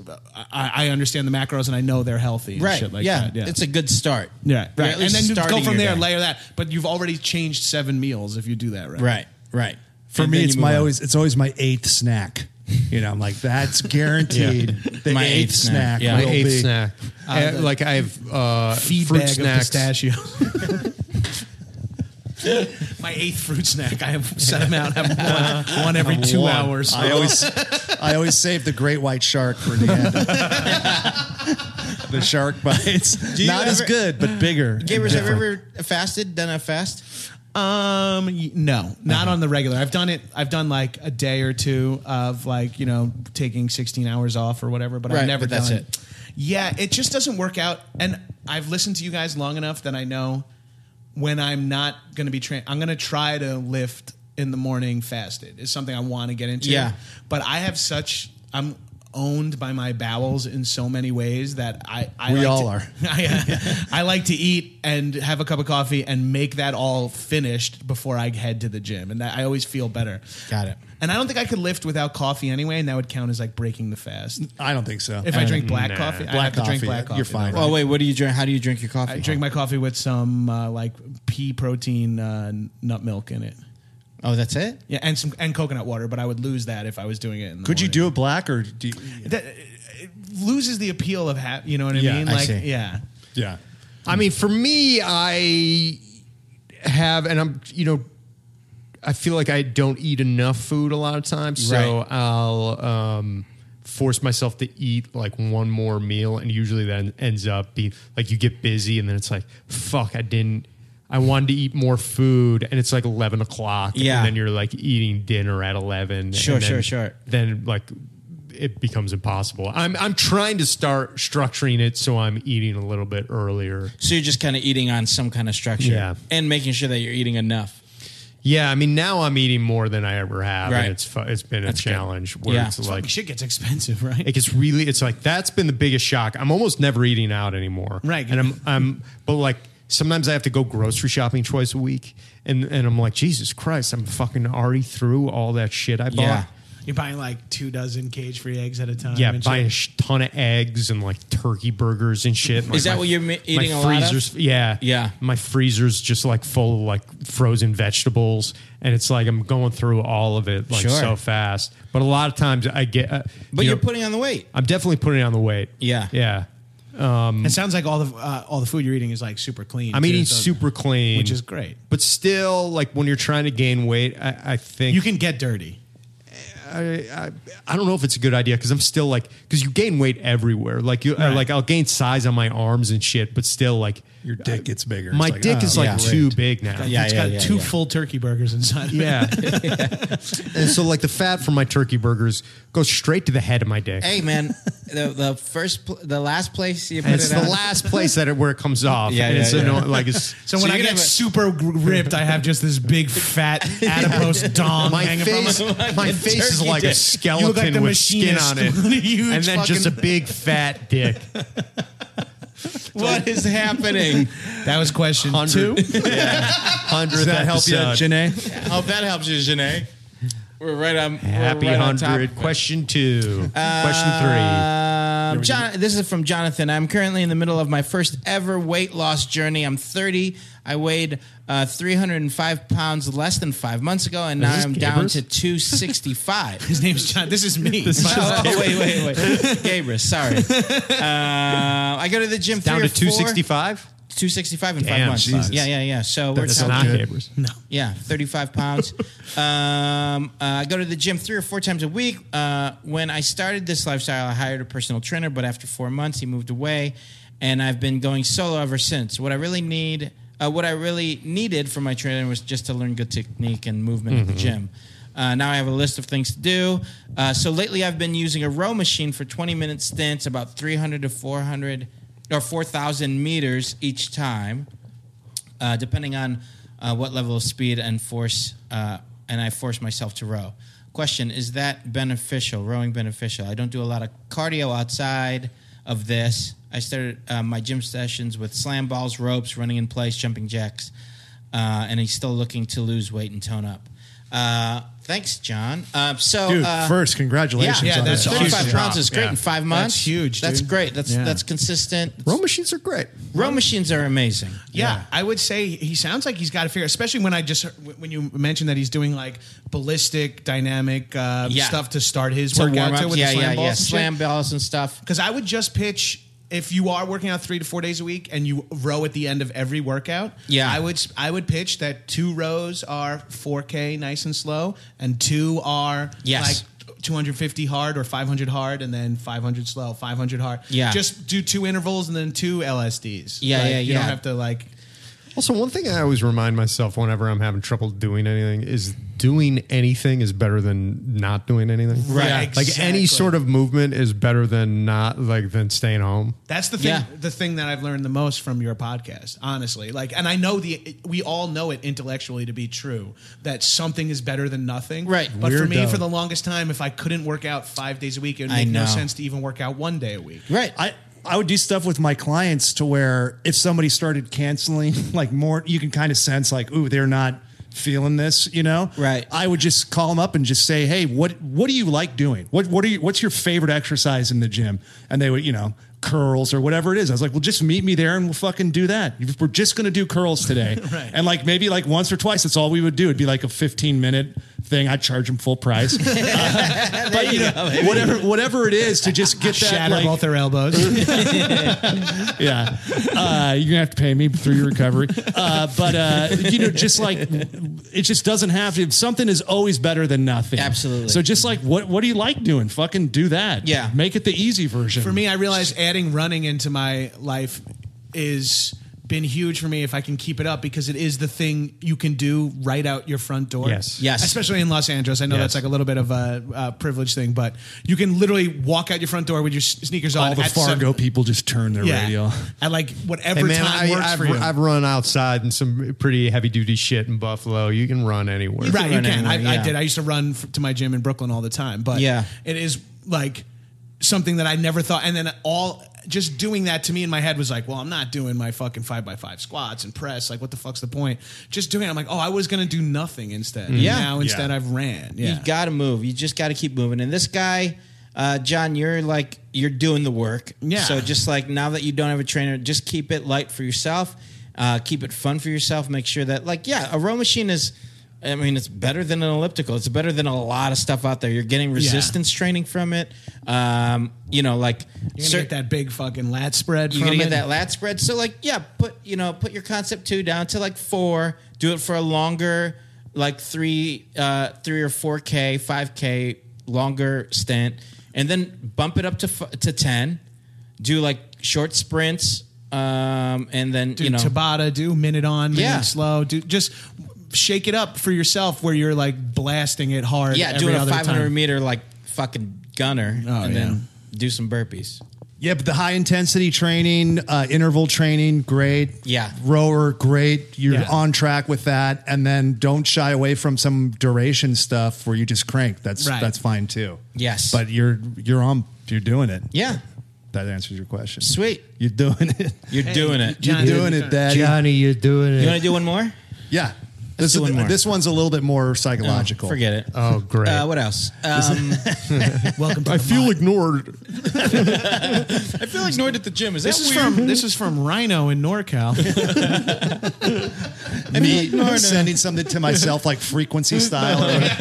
I, I understand the macros and I know they're healthy. And
Right?
Shit like
yeah.
that. Yeah.
it's a good start.
yeah,
You're
right.
at
And
least
then you go
starting
from
your
there,
day.
layer that. But you've already changed seven meals if you do that, right?
Right. Right.
For
And
me,
then
it's
you move
my
on.
always. It's always my eighth snack. You know, I'm like that's guaranteed. The
My
eighth,
eighth
snack.
snack. Yeah.
will
My
be.
Eighth snack. Uh,
the-
like I have uh,
feed
fruit
bag
snacks.
of pistachios. My eighth fruit snack. I have set them out. I have one, one every two
One.
hours.
I always, I always save the great white shark for the end. the shark bites.
you
Not as
ever-
good, but bigger. and
Gabers, have you
different.
ever fasted? Done a fast?
Um, y- no,
Uh-huh.
not on the regular. I've done it. I've done like a day or two of like you know taking sixteen hours off or whatever, but I've
Right,
never
but that's
done
it.
Yeah, it just doesn't work out. And I've listened to you guys long enough that I know when I'm not going to be trained, I'm going to try to lift in the morning fasted. It's something I want to get into.
Yeah.
but I have such I'm owned by my bowels in so many ways that I, I
We
like
all
to-
are.
I, I like to eat and have a cup of coffee and make that all finished before I head to the gym, and that, I always feel better.
Got it.
And I don't think I could lift without coffee anyway, and that would count as like breaking the fast.
I don't think so.
If I drink black coffee, I have to drink
coffee,
black coffee.
you're fine.
Well, Oh, wait. What do you drink? How do you drink your coffee?
I drink my coffee with some uh, like pea protein uh, n- nut milk in it.
Oh, that's it.
Yeah, and some and coconut water, but I would lose that if I was doing it. In the
Could you
morning.
do it black or do you,
That, it loses the appeal of ha- you know what I
Yeah,
mean?
I
Like
see.
yeah,
yeah?
I mean, for me, I have, and I'm, you know, I feel like I don't eat enough food a lot of times, so
Right.
I'll um, force myself to eat like one more meal, and usually that ends up being like you get busy, and then it's like, fuck, I didn't. I wanted to eat more food, and it's like eleven o'clock.
Yeah.
and then you're like eating dinner at eleven.
Sure,
and then-
sure, sure.
Then like it becomes impossible. I'm I'm trying to start structuring it so I'm eating a little bit earlier.
So you're just kind of eating on some kind of structure,
Yeah.
and making sure that you're eating enough.
Yeah, I mean now I'm eating more than I ever have,
Right.
and it's fu- it's been a
good.
challenge where
Yeah.
it's like
shit gets expensive, right?
it gets really it's like that's been the biggest shock. I'm almost never eating out anymore,
Right.
And I'm I'm but like sometimes I have to go grocery shopping twice a week, and and I'm like Jesus Christ, I'm fucking already through all that shit I bought.
Yeah.
You're buying like two dozen cage free eggs at a time.
Yeah,
and
buying a
shit.
sh- ton of eggs and like turkey burgers and shit. Like,
Is that
my-
what you're ma-
my
eating a lot of?
freezer's- Yeah,
Yeah.
My freezer's just like full of like frozen vegetables, and it's like I'm going through all of it like
Sure.
so fast. But a lot of times I get, uh,
But
you
you're
know,
putting on the weight.
I'm definitely putting on the weight.
Yeah.
yeah.
It sounds like all the uh, all the food you're eating is like super clean.
I'm
too,
eating
so-
super clean,
which is great.
But still, like when you're trying to gain weight, I, I think
You can get dirty.
I don't know if it's a good idea because I'm still like because you gain weight everywhere. Like you, or,
Right.
like I'll gain size on my arms and shit, but still like
Your dick gets bigger.
My
It's like,
dick
oh,
is like
yeah.
too big now.
Yeah,
It's
yeah,
got
yeah,
two
yeah.
full turkey burgers inside. Of it.
Yeah. and so like the fat from my turkey burgers goes straight to the head of my dick.
Hey man, the the first, pl- the last place you put
and it's
it
the
on-
last place that it, where it comes off.
Yeah,
and
yeah,
it's
yeah.
annoying, like it's
So, when
you
I
can
get
have a-
super gr- ripped, I have just this big fat adipose dong
my
hanging
face,
from my,
my face is
turkey
like a
dick.
You look
skeleton
like the
with skin on it,
machinist with a huge
and then just a
fucking-
big fat dick.
What is happening?
That was question two.
Hundredth
Does that help you,
episode.
Janae?
oh, that helps you, Janae. We're right on. we're
Happy
right on top.
hundred. Question two. question
Um, John, this is from Jonathan. I'm currently in the middle of my first ever weight loss journey. I'm 30. I weighed uh, 305 pounds less than five months ago, and now
this
I'm down
Gabrus?
to 265.
His name's John. This is me.
oh, oh, wait, wait, wait. Gabrus, sorry. Uh, I go to the gym
three. Down
three
to
or
two
four-
sixty five.
265 in five
Damn,
months.
Jesus.
Yeah, yeah, yeah. So we're
That's
talking-
not Gabriel's.
yeah, 35 pounds. um, uh, I go to the gym three or four times a week. Uh, when I started this lifestyle, I hired a personal trainer, but after four months, he moved away, and I've been going solo ever since. What I really need, uh, what I really needed from my trainer was just to learn good technique and movement at the gym. Uh, now I have a list of things to do. Uh, so lately, I've been using a row machine for 20 minute stints, about 300 to 400 or 4,000 meters each time uh, depending on uh, what level of speed and force, uh, and I force myself to row. Question: Is that beneficial? Rowing beneficial? I don't do a lot of cardio outside of this. I started uh, my gym sessions with slam balls, ropes, running in place, jumping jacks, uh, and he's still looking to lose weight and tone up. Uh, thanks, John. Uh, so,
Dude,
uh,
first, congratulations.
yeah,
on
that's
that.
awesome.
thirty-five pounds
drop.
is great
Yeah.
in five months.
huge,
That's
dude.
great. That's
Yeah.
that's consistent.
Row machines are great.
row machines are amazing.
Yeah, I would say he sounds like he's got to figure. Especially when I just when you mentioned that he's doing like ballistic dynamic uh,
Yeah.
stuff to start his
to warm
workout
up.
to with
yeah,
the slam
yeah,
balls
yeah.
and shit.
Slam balls and stuff.
Because I would just pitch if you are working out three to four days a week and you row at the end of every workout.
Yeah.
I would I would pitch that two rows are 4K nice and slow, and two are
Yes.
like 250 hard or 500 hard, and then 500 slow, 500 hard.
Yeah.
just do two intervals and then two LSDs.
Yeah,
Like,
yeah,
You don't
yeah.
have to like.
Also, one thing I always remind myself whenever I'm having trouble doing anything is doing anything is better than not doing anything.
Right. Yeah,
Like any
exactly.
sort of movement is better than not like than staying home.
That's the thing.
Yeah.
The thing that I've learned the most from your podcast, honestly. Like, and I know the we all know it intellectually to be true that something is better than nothing.
Right.
But for me,
Weirdo.
for the longest time, if I couldn't work out five days a week, it would
I
make no
know.
sense to even work out one day a week.
Right.
I I would do stuff with my clients to where if somebody started canceling, like more, you can kind of sense like, ooh, they're not feeling this, you know?
Right.
I would just call them up and just say, hey, what what do you like doing? What what are you? What's your favorite exercise in the gym? And they would, you know. Curls or whatever it is. I was like, well, just meet me there and we'll fucking do that. We're just gonna do curls today,
Right.
and like maybe like once or twice. That's all we would do. It'd be like a fifteen minute thing. I'd charge them full price, Uh, but you know, whatever whatever it is to just get that
Shatter
like,
both their elbows.
yeah. Uh, you're gonna have to pay me through your recovery. Uh, but uh, you know, just like it just doesn't have to. Something is always better than nothing.
Absolutely.
So just like what what do you like doing? Fucking do that.
Yeah.
Make it the easy version.
for me, I realized adding running into my life is been huge for me if I can keep it up because it is the thing you can do right out your front door.
Yes.
Yes.
Especially in Los Angeles. I know that's like a little bit of a, uh privilege thing, but you can literally walk out your front door with your s- sneakers on.
all the
at
Fargo
seven-
people just turn their
yeah.
radio.
At like whatever
Hey man,
time
I,
works
I've,
for you.
I've run outside in some pretty heavy duty shit in Buffalo. You can run anywhere.
right, you
run
can.
anywhere,
I,
yeah.
I did. I used to run f- to my gym in Brooklyn all the time, but
Yeah.
it is like something that I never thought. And then all just doing that to me in my head was like, well, I'm not doing my fucking five by five squats and press. Like, what the fuck's the point? Just doing. it. I'm like, oh, I was gonna do nothing instead.
Yeah.
Now instead,
Yeah.
I've ran. Yeah.
Mm-hmm. You got to move. You just got to keep moving. And this guy, uh, John, you're like you're doing the work.
Yeah.
So just like now that you don't have a trainer, just keep it light for yourself. Uh, keep it fun for yourself. Make sure that like yeah, a row machine is. I mean, it's better than an elliptical. It's better than a lot of stuff out there. You're getting resistance training from it. Um, you know, like
You're
cer-
gonna get that big fucking lat spread.
you're
from
gonna get
it.
that lat spread. So like, yeah, put you know, put your concept two down to like four. Do it for a longer, like three, uh, three or four k, five k longer stint, and then bump it up to f- to ten. Do like short sprints, um, and then
do
you know,
Tabata, do minute on, minute
Yeah.
slow, do just shake it up for yourself where you're like blasting it hard.
yeah,
every
doing a
other
five hundred
time.
meter like fucking gunner,
Oh,
and
yeah.
then do some burpees.
Yeah, but the high intensity training, uh, interval training, great.
Yeah.
Rower, great. You're
Yeah.
on track with that. And then don't shy away from some duration stuff where you just crank. That's
Right.
that's fine too.
Yes.
But you're you're on you're doing it.
Yeah,
That answers your question.
Sweet.
You're doing it.
you're doing it.
John,
You're doing it, Daddy.
you're doing
you want to do one more?
Yeah. This,
do
is-
one more.
this one's a little bit more psychological.
Forget it.
Oh, great.
Uh, what else? Um,
Welcome to
I
the
feel
mod.
ignored.
I feel ignored at the gym. Is
This
that
is
weird?
from this is from Rhino in NorCal.
Me sending something to myself like frequency style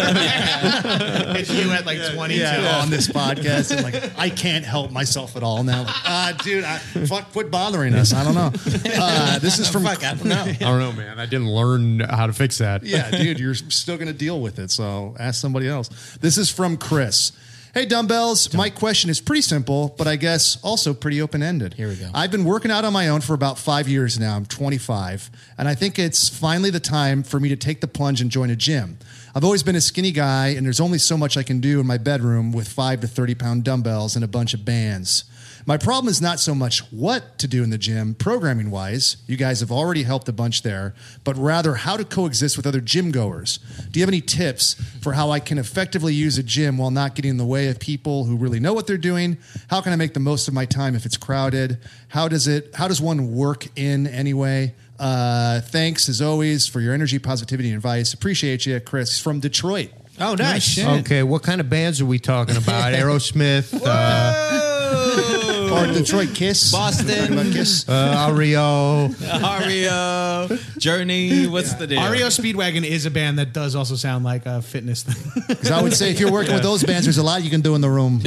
it's you at like twenty two.
yeah, on this podcast. And like I can't help myself at all now. Like, uh, dude, I, fuck, quit bothering us. I don't know. Uh, this is from
fuck, I don't know.
I don't know, man. I didn't learn how to fix that.
yeah, dude, you're still going to deal with it. So ask somebody else. This is from Chris. Hey, dumbbells. My question is pretty simple, but I guess also pretty open ended. Here
we go.
I've been working out on my own for about five years now. I'm 25, and I think it's finally the time for me to take the plunge and join a gym. I've always been a skinny guy, and there's only so much I can do in my bedroom with five to 30 pound dumbbells and a bunch of bands. My problem is not so much what to do in the gym, programming wise. You guys have already helped a bunch there, but rather how to coexist with other gym goers. Do you have any tips for how I can effectively use a gym while not getting in the way of people who really know what they're doing? How can I make the most of my time if it's crowded? How does it? How does one work in anyway? Uh, thanks as always for your energy, positivity, and advice. Appreciate you, Chris from Detroit.
Oh, nice.
Okay, what kind of bands are we talking about? Aerosmith, uh,
Or Detroit Kiss.
Boston,
Kiss.
uh, REO.
Ario, Journey. What's the deal?
Ario E Speedwagon is a band that does also sound like a fitness thing.
Because I would say if you're working with those bands, there's a lot you can do in the room.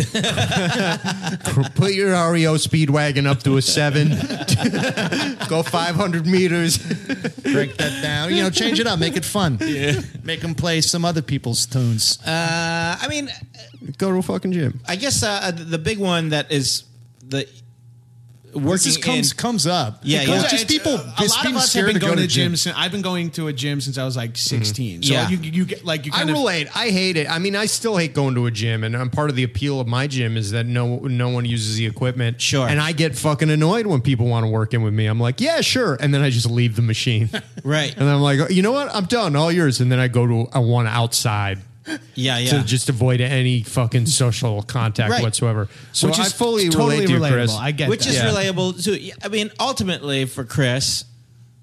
Put your REO Speedwagon up to a seven. Go 500 meters.
break that down. You know, change it up, make it fun. Yeah. Make them play some other people's tunes.
Uh, I mean, uh,
Go to a fucking gym.
I guess uh, the big one that is the
working
This is comes
in
comes up.
Yeah, yeah.
It comes-
It's
It's- uh,
Just people.
a
just
lot
being
of us have
scared
been
to go
going
to
to,
the gym. Mm-hmm.
gyms. Since, I've been going to a gym since I was like 16. So
Yeah.
you you get like you
I
kind of
relate. I hate it. I mean, I still hate going to a gym, and I'm part of the appeal of my gym is that no no one uses the equipment.
Sure.
And I get fucking annoyed when people want to work in with me. I'm like, yeah, sure, and then I just leave the machine.
Right.
And I'm like, you know what? I'm done. All yours. And then I go to I want outside
Yeah, yeah.
to just avoid any fucking social contact
Right.
whatsoever. So
Which
I
is
fully
totally
relate to you,
relatable.
Chris.
I get
which
that.
is
Yeah.
relatable too. I mean, ultimately for Chris,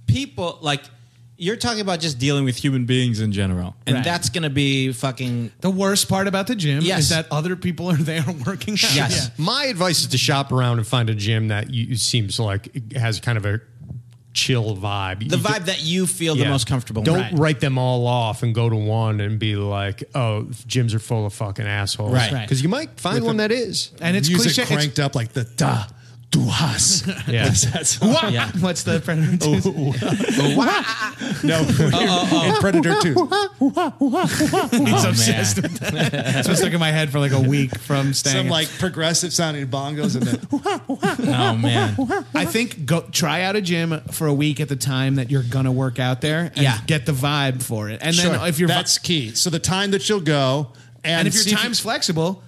people like you're talking about just dealing with human beings in general, and
Right.
that's gonna be fucking
The worst part about the gym
Yes.
is that other people are there working. out.
Yes.
My advice is to shop around and find a gym that you, seems like has kind of a chill vibe.
the
You
vibe that you feel the
Yeah.
most comfortable.
Don't
with.
write them all off and go to one and be like, "Oh, gyms are full of fucking assholes."
Right. Right.
Because you might find one that is.
And it's
music
cliche. It's,
cranked up like the da du has.
Yeah.
That's all.
Yeah.
what's the predator?
No,
Oh.
in Predator Two. Oh,
He's obsessed with that. That's been stuck in my head for like a week from staying.
Some like progressive sounding bongos and then
oh man,
I think go try out a gym for a week at the time that you're gonna work out there. And
Yeah.
get the vibe for it, and then if
you're
you're
that's key. So the time that you'll go and,
and if
see
your time's flexible,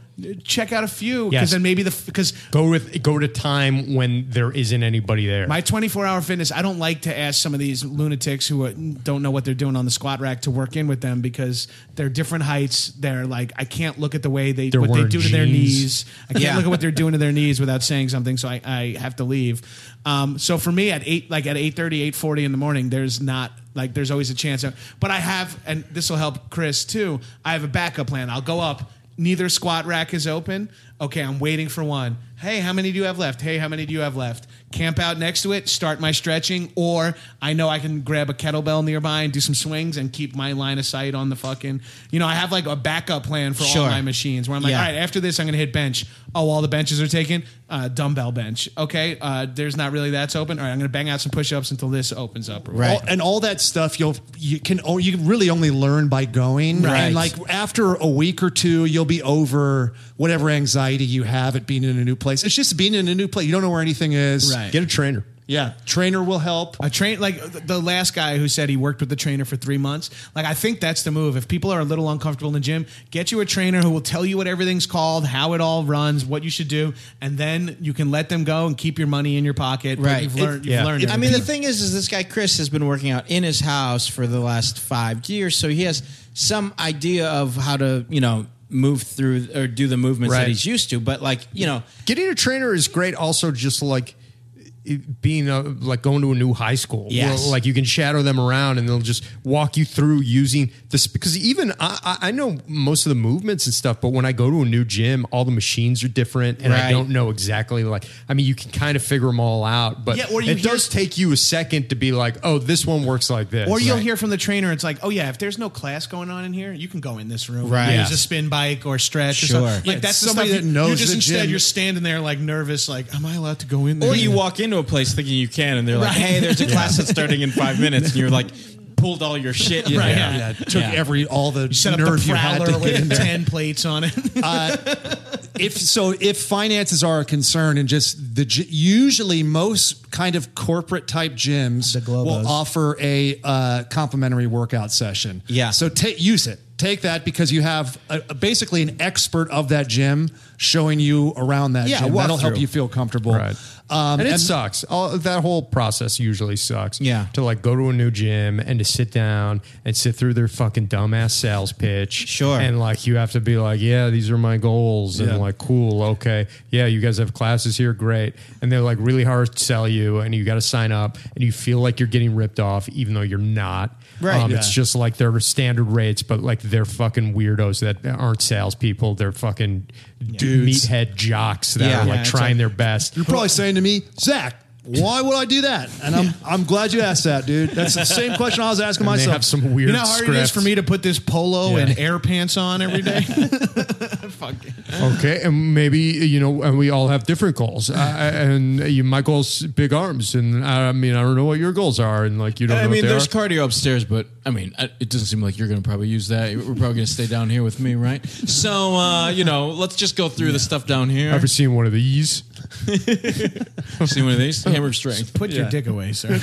check out a few because
Yes.
then maybe the because
Go with go to time when there isn't anybody there.
My 24 hour fitness, I don't like to ask some of these lunatics who uh, don't know what they're doing on the squat rack to work in with them because they're different heights. They're like, I can't look at the way they, what they
wearing
do to their
jeans.
knees. I can't
Yeah.
look at what they're doing to their knees without saying something. So I, I have to leave. Um, so for me at eight, like at 830, 840 in the morning, there's not like, there's always a chance. Of, but I have, and this will help Chris too. I have a backup plan. I'll go up. Neither squat rack is open. Okay, I'm waiting for one. Hey, how many do you have left? Hey, how many do you have left? Camp out next to it, start my stretching, or I know I can grab a kettlebell nearby and do some swings and keep my line of sight on the fucking. You know, I have like a backup plan for
Sure.
all my machines where I'm like,
Yeah.
all right, after this, I'm going to hit bench. Oh, all the benches are taken. Uh, dumbbell bench. Okay, uh, there's not really that's open. All right, I'm going to bang out some push ups until this opens up. Or whatever.
all- and all that stuff you'll you can oh, you can really only learn by going
Right.
and like after a week or two you'll be over whatever anxiety you have at being in a new place it's just being in a new place you don't know where anything is
Right.
Get a trainer.
yeah trainer will help
A train like th- the last guy who said he worked with the trainer for three months. Like I think that's the move. If people are a little uncomfortable in the gym, get you a trainer who will tell you what everything's called, how it all runs, what you should do, and then you can let them go and keep your money in your pocket. But
Right.
You've
It-
learned. you've
yeah.
learned
I mean, the thing
everything.
is, is this guy Chris has been working out in his house for the last five years, so he has some idea of how to, you know, move through or do the movements that
Right.
he's used to. But like, you know,
Getting a trainer is great. Also, just like it- being a, like going to a new high school.
Yes.
Well, like you can shadow them around, and they'll just walk you through using this. Because even I, I I know most of the movements and stuff, but when I go to a new gym, all the machines are different, and
Right.
I don't know exactly. Like, I mean, you can kind of figure them all out, but
Yeah, or you
it
hear-
does take you a second to be like, oh, this one works like this.
Or you'll hear from the trainer. It's like, oh yeah, if there's no class going on in here, you can go in this room.
Right.
Use a spin bike or stretch. Or
Sure.
something. Like
Yeah,
that's the
somebody
stuff
that
you-
knows
You just
the
instead
gym.
you're standing there like nervous, like, am I allowed to go in there?
Or you walk into a place thinking you can, and they're like, "Hey, there's a class that's starting in five minutes," and you're like, pulled all your shit.
Right.
Yeah.
Yeah.
took
Yeah.
every all the
set up the
nerve you had
prowler
to get in
with
there.
ten plates on it.
if so if finances are a concern and just the gy- usually most kind of corporate type gyms will offer a uh, complimentary workout session
Yeah.
so take use it take that because you have a, a- basically an expert of that gym showing you around that
Yeah,
gym
walk
that'll help
through.
you feel comfortable
Right.
um,
and it
and-
sucks. All that whole process usually sucks.
Yeah.
To like go to a new gym and to sit down and sit through their fucking dumbass sales pitch.
Sure.
And like you have to be like, yeah, these are my goals,
Yeah.
and like, cool, okay, yeah, you guys have classes here, great. And they're like really hard to sell you, and you got to sign up, and you feel like you're getting ripped off, even though you're not.
Right.
Um,
Yeah.
It's just like their standard rates, but like they're fucking weirdos that aren't salespeople. They're fucking
Dudes.
meathead jocks that
Yeah.
are like
Yeah, it's
trying
like-
their best.
you're probably saying to me zach why would I do that? And I'm I'm glad you asked that, dude. That's the same question I was asking
And
myself.
They have some weird.
You know how hard it is
script.
for me to put this polo
Yeah.
and air pants on every day?
Okay, and maybe you know, and we all have different goals. Uh, and you, my uh, goal's big arms, and I mean, I don't know what your goals are, and like you don't.
I
know
mean,
what they
there's
are.
cardio upstairs, but
I mean, I- it doesn't seem like you're going to probably use that. We're probably going to stay down here with me, right? So, uh, you know, let's just go through the stuff down here.
Ever seen one of these?
seen one of these? Hammer of strength.
Put your dick away, sir.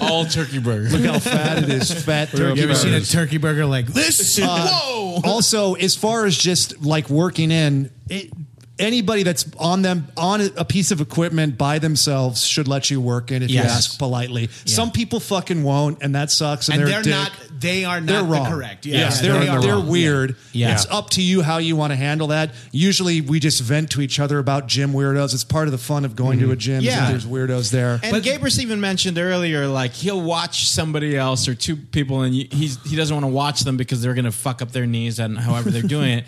All turkey burger.
Look how fat it is. Fat
you
turkey.
ever seen a
burgers.
turkey burger like this? Whoa!
also, as far as just like working in, it, anybody that's on them on a piece of equipment by themselves should let you work in if you
Yes.
ask politely. Some people fucking won't, and that sucks. And,
and
they're,
they're
a
not.
dick.
They are not
They're
the
wrong.
correct. Yeah, yeah,
Yes, they're,
they
they're,
are wrong.
weird.
Yeah.
It's up to you how you want to handle that. Usually, we just vent to each other about gym weirdos. It's part of the fun of going
Mm-hmm.
to a gym. is that
Yeah.
there's weirdos there.
And Gabrus even mentioned earlier, like he'll watch somebody else or two people, and you- he's he doesn't want to watch them because they're going to fuck up their knees and however they're doing it.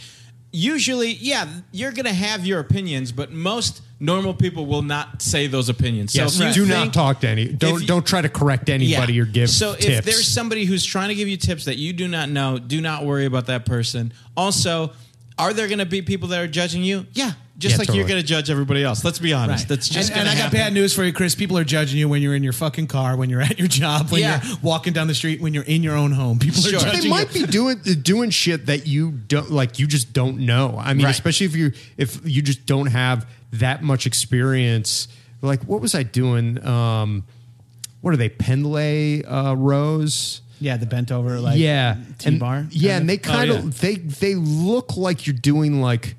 Usually, yeah, you're going to have your opinions, but most normal people will not say those opinions.
Yes,
if you
do
think-
not talk to any. Don't
you-
don't try to correct anybody or give
so
tips.
if there's somebody who's trying to give you tips that you do not know do not worry about that person also are there going to be people that are judging you yeah just
Yeah,
like you're
totally.
going to judge everybody else let's be honest that's just
and,
gonna
and I got
happen.
bad news for you, Chris. People are judging you when you're in your fucking car, when you're at your job, when
Yeah.
you're walking down the street, when you're in your own home. People
Sure.
are judging
they might be doing doing shit that you don't like. You just don't know. I mean,
Right.
especially if you if you just don't have that much experience. Like, what was I doing? Um, what are they? Penlay uh, rows.
Yeah, the bent over like
yeah,
T bar.
And, yeah, and they kind of
yeah.
they they look like you're doing like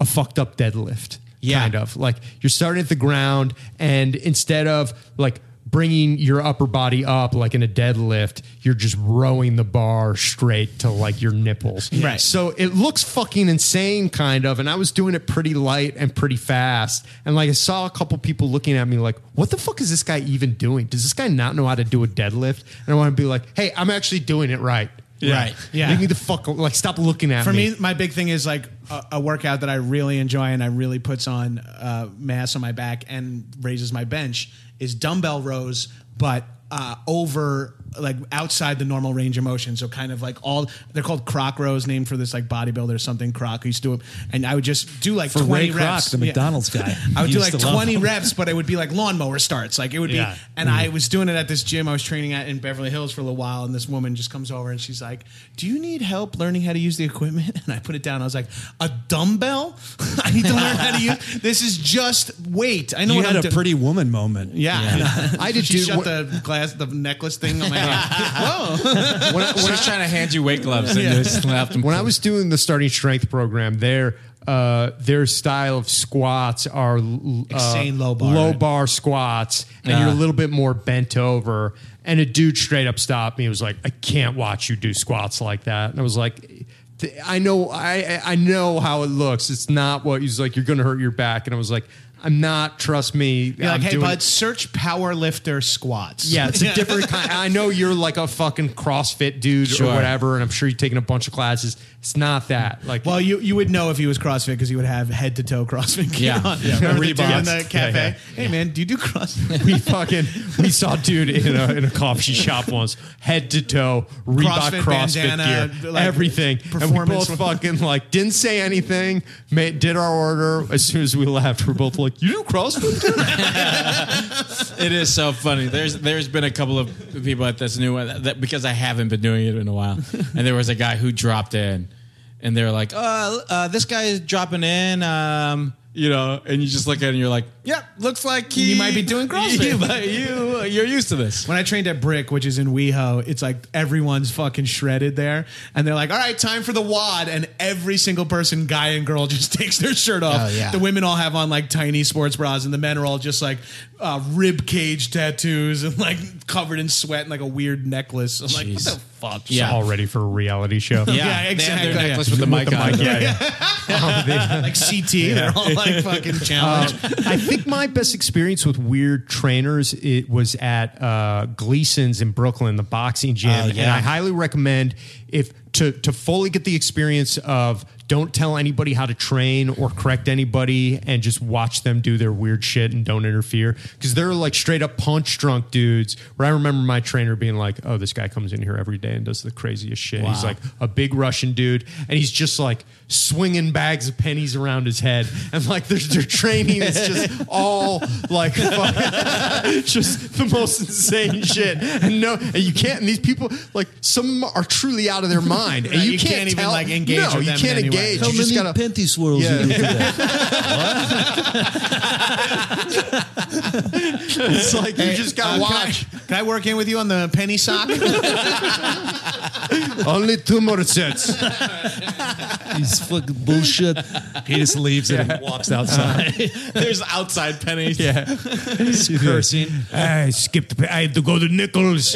a fucked up deadlift.
Yeah.
kind of like you're starting at the ground, and instead of like bringing your upper body up like in a deadlift, you're just rowing the bar straight to like your nipples.
Right.
So it looks fucking insane, kind of. And I was doing it pretty light and pretty fast, and like I saw a couple people looking at me like, "What the fuck is this guy even doing? Does this guy not know how to do a deadlift?" And I want to be like, "Hey, I'm actually doing it right."
Right.
Yeah.
Leave me the fuck like stop looking at
For
me.
me, my big thing is like a, a workout that I really enjoy and I really puts on uh, mass on my back and raises my bench is dumbbell rows, but uh, over like outside the normal range of motion. So kind of like all they're called croc rows, named for this like bodybuilder or something. Croc who used to do it, and I would just do like
For
twenty
Ray Kroc,
reps.
the
Yeah.
McDonald's guy.
I would
He
do
used
like
to love
twenty
them.
reps, but it would be like lawnmower starts. Like it would
Yeah. Mm-hmm.
be, and I was doing it at this gym I was training at in Beverly Hills for a little while, and this woman just comes over and she's like, "Do you need help learning how to use the equipment?" And I put it down. I was like, "A dumbbell? I need to learn how to use. This is just weight. I know
You
what
had
I'm
a
doing."
pretty woman moment.
yeah,
I did
She
do-
shut the glass, the necklace thing on my head.
when, I, when I-
She's trying to hand you weight gloves and you just left them.
when I was doing the starting strength program, their uh, their style of squats are l- uh,
Insane low bar. Uh-huh.
low bar squats, and you're a little bit more bent over. And a dude straight up stopped me. and was like, "I can't watch you do squats like that." And I was like. "Th- I know, I I- I know how it looks. It's not what he's like. You're going to hurt your back, and I was like, "I'm not. Trust me.
You're
I'm
like, hey,
doing-
bud, search power lifter squats.
Yeah, it's a different kind. I know you're like a fucking CrossFit dude
Sure.
or whatever, and I'm sure you're taking a bunch of classes. It's not that. Like,
Well, you, you would know if he was CrossFit because he would have head to toe CrossFit. gear
Yeah.
on.
Yeah.
Remember the dude
Reeboks.
in the cafe?
Yeah, yeah.
Hey man, do you do CrossFit?
we fucking we saw a dude in a in a coffee shop once, head to toe, Reebok
CrossFit
CrossFit,
bandana,
gear,
like,
everything, and we
performance-
both fucking like didn't say anything. Made, did our order as soon as we left. We're both like, "You do CrossFit?" dude?"
It is so funny. There's there's been a couple of people at this new one that, that- because I haven't been doing it in a while, and there was a guy who dropped in, and they're like, "Oh, uh, this guy is dropping in." Um, you know, and you just look at it and you're like, "Yep, looks like he,
You might be doing
you,
CrossFit."
you you're used to this."
When I trained at Brick, which is in WeHo, it's like everyone's fucking shredded there, and they're like, "All right, time for the wad," and every single person, guy and girl, just takes their shirt off.
Oh, yeah.
The women all have on like tiny sports bras, and the men are all just like uh, rib cage tattoos and like covered in sweat and like a weird necklace. I'm like, what
Jeez.
the fuck?
Yeah.
all ready for a reality show.
Yeah, They
exactly,
have
yeah.
their necklace with the mic on. it.
yeah, yeah. Oh,
like CT, they're all like fucking challenged.
Um, I think my best experience with weird trainers it was at uh, Gleason's in Brooklyn, the boxing gym,
Oh,
and
yeah.
I highly recommend if to to fully get the experience of don't tell anybody how to train or correct anybody and just watch them do their weird shit and don't interfere because they're like straight up punch drunk dudes where i remember my trainer being like oh this guy comes in here every day and does the craziest shit he's like a big russian dude and he's just like
swinging bags of pennies around his head, and like their, their training is just all like fucking, just the most insane shit. And no, and you can't. And these people, like some of them are truly out of their mind, and
Right,
you,
you
can't,
can't even,
tell-
like, engage
No,
with
you
them in
can't
any way.
engage.
How
you just
many
gotta
panty swirls
Yeah.
you do for that?
It's like you just gotta
Uh, can I-
watch.
Can I, work in with you on the penny sock?
Only two more sets.
These fucking bullshit.
He just leaves it and walks outside.
There's outside pennies.
yeah, cursing. I skipped. I had to go to nickels.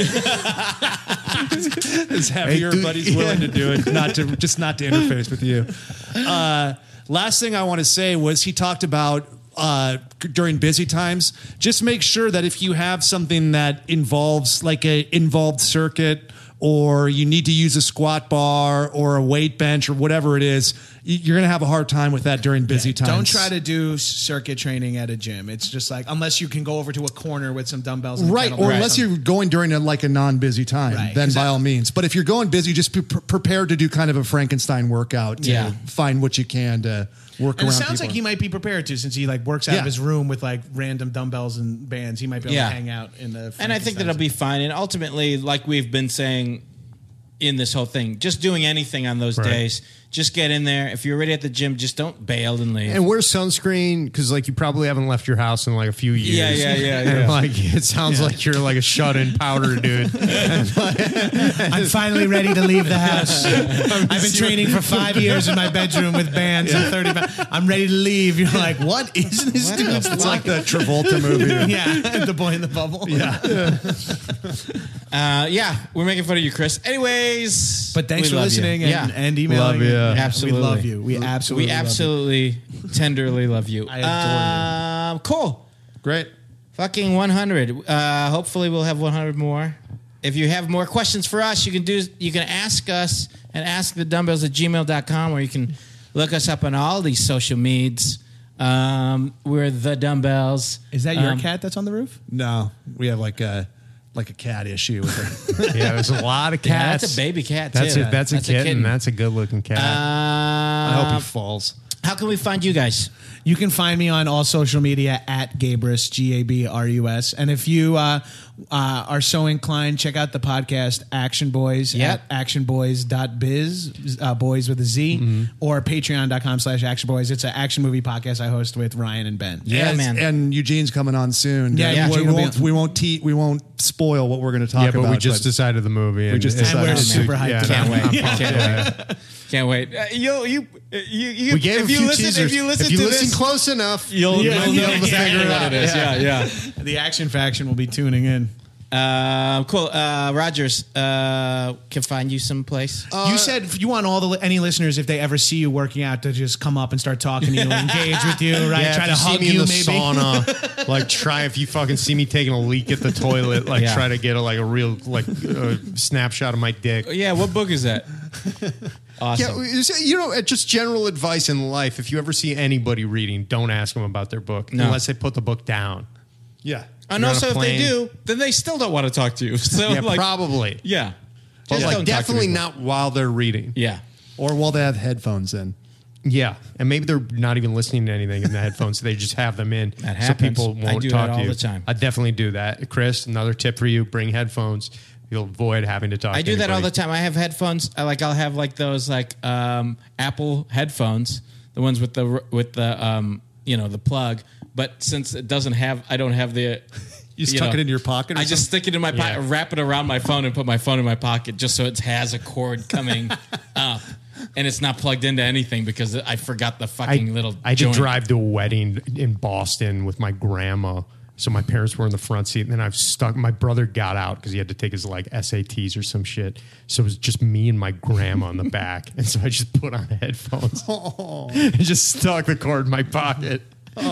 His heavier
dude,
buddy's willing to do it, not to just not to interface with you. Uh, last thing I want to say was he talked about uh, during busy times. Just make sure that if you have something that involves like a involved circuit. Or you need to use a squat bar or a weight bench or whatever it is, you- you're gonna have a hard time with that during busy times.
Don't try to do circuit training at a gym. It's just like unless you can go over to a corner with some dumbbells, and a
right
kettlebell
or unless
something.
you're going during a, like a non-busy time
Right.
then by
Exactly.
all means but if you're going busy just be pre- prepared to do kind of a frankenstein workout to
Yeah.
find what you can to work
And it
around
sounds like
people.
he might be prepared to, since he like works out
Yeah.
of his room with like random dumbbells and bands. He might be able
Yeah.
to hang out in the.
And I think that'll be fine. And ultimately, like we've been saying in this whole thing, just doing anything on those days, just get in there. If you're already at the gym, just don't bail and leave.
And wear sunscreen because, like, you probably haven't left your house in like a few years.
Yeah, yeah, yeah,
And,
yeah.
like, it sounds like you're like a shut-in powder dude.
I'm finally ready to leave the house. I've been training for five years in my bedroom with bands and 30 pounds. I'm ready to leave. You're like, what is this dude? It's like the Travolta movie. yeah, the boy in the bubble. Yeah.
Uh, yeah, we're making fun of you, Chris. Anyways,
But thanks
we
for
love you.
listening and,
yeah,
and emailing.
Love you.
And
Absolutely.
Uh, We love you. We absolutely
we
love you.
absolutely tenderly love you.
I adore
um, Cool.
Great.
Fucking 100. Uh, hopefully, we'll have 100 more. If you have more questions for us, you can do you can ask us and ask the dumbbells at gmail.com or you can look us up on all these social meds. Um, we're the dumbbells.
Is that your
Um,
cat that's on the roof?
no we have like a like a cat issue with her.
Yeah, there's a lot of
Yeah,
cats.
that's a baby cat.
That's
too.
a, that's a kitten. That's a good-looking cat.
I
I hope he falls.
Um, How can we find you guys?
You can find me on all social media at Gabrus, G A B R U S. And if you uh, uh, are so inclined, check out the podcast Action Boys
Yep.
at actionboys.biz, uh, boys with a Z, or patreon.com slash action boys. It's an action movie podcast I host with Ryan and Ben.
Yeah,
And-
man.
and eugene's coming on soon
Yeah,
We-
Eugene
we
will be
won't
on.
we won't te- we won't spoil what we're going to talk
Yeah, but
about
we just decided the movie. And
just
it's-
And we're
Oh,
super hyped.
yeah,
to
no,
get
Can't wait. Can't
it.
wait. Can't wait. Uh, you, you, you, you,
We gave
if
a
you
few
listen,
teasers.
If you listen to
listen
this,
close enough,
you'll,
Yeah,
you'll
yeah,
know exactly
yeah,
what it is. Yeah, yeah.
The action faction will be tuning in.
Uh, cool. Uh, Rogers uh, can find you someplace.
you said if you want all the any listeners if they ever see you working out to just come up and start talking to you, and engage with you, right?
Yeah,
Try
if
to
you see
hug
me
you,
in the
maybe.
sauna. like try if you fucking see me taking a leak at the toilet, like
Yeah.
try to get a, like a real like uh, snapshot of my dick.
yeah. What book is that?
Yeah,
awesome.
it's- you know, it's just general advice in life. If you ever see anybody reading, don't ask them about their book
No.
unless they put the book down.
yeah
and
you're on
also,
a
if they
plane.
do, then they still don't want to talk to you. So
yeah,
like,
probably.
yeah.
But
Just don't
like
talk to
definitely
people.
not while they're reading.
Yeah.
or while they have headphones in
Yeah, and maybe they're not even listening to anything in the headphones. So they just have them in,
That
so
happens.
people
I
won't
do
talk
that all
to you.
the time.
I definitely do that, Chris. Another tip for you: bring headphones. You'll avoid having to talk.
I
to
do that all the
anybody.
time. I have headphones. I like I'll have like those like um, Apple headphones, the ones with the with the um, you know the plug. But since it doesn't have, I don't have the.
You just tuck it into your pocket or
I just stick it in my pocket,
Yeah.
wrap it around my phone, and put my phone in my pocket just so it has a cord coming up, and it's not plugged into anything because I forgot the fucking
I,
little.
I did
joint.
drive to a wedding in Boston with my grandma. So my parents were in the front seat, and then I've stuck. My brother got out because he had to take his like SATs or some shit. So it was just me and my grandma in the back, and so I just put on headphones and just stuck the cord in my pocket,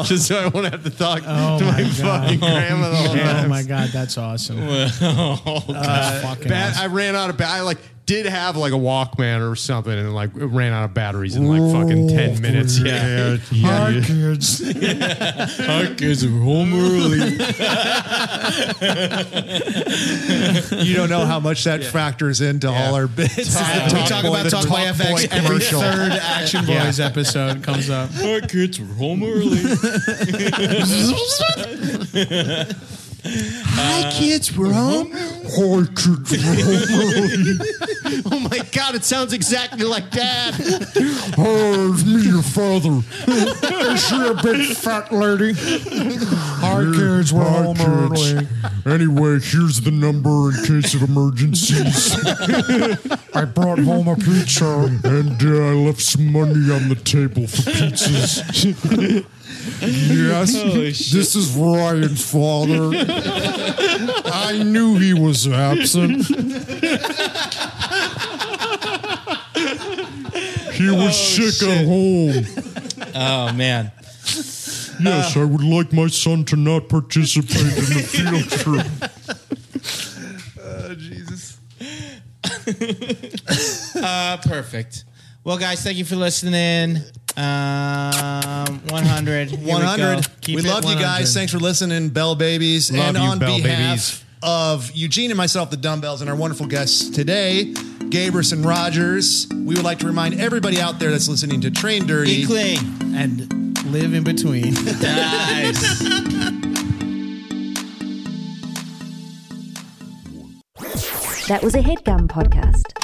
just so I won't have to talk to my,
my God.
fucking grandma the whole time. Uh,
Oh my god, that's awesome.
Bat- I ran out of bat. I like
did have like a Walkman or something, and like it ran out of batteries in like fucking ten minutes. Yeah, yeah.
Our kids are home early.
You don't know how much that factors into all our bits.
we talk about Talk by FX every third Action Boys episode comes up.
Our kids were home early.
Hi, kids, we're home. oh my god, it sounds exactly like dad.
Oh, it's me, your father. Is she a big fat lady? Our kids were home early. Anyway, here's the number in case of emergencies. I brought home a pizza. And uh, I left some money on the table for pizzas. yes, this is Ryan's father. I knew he was absent. He was sick at home.
Oh man.
Yes, I would like my son to not participate in the field trip.
Uh, perfect. Well, guys, thank you for listening. Um, 100. Here we go.
100.
Keep
we
it
love you
100.
guys. Thanks for listening, Bell Babies. and
you,
on
Bell Babies.
behalf of Eugene and myself, the Dumbbells, and our wonderful guests today, Gabrus and Rogers, we would like to remind everybody out there that's listening to Train Dirty.
Be clean.
and live in between.
Nice.
That was a headgum podcast.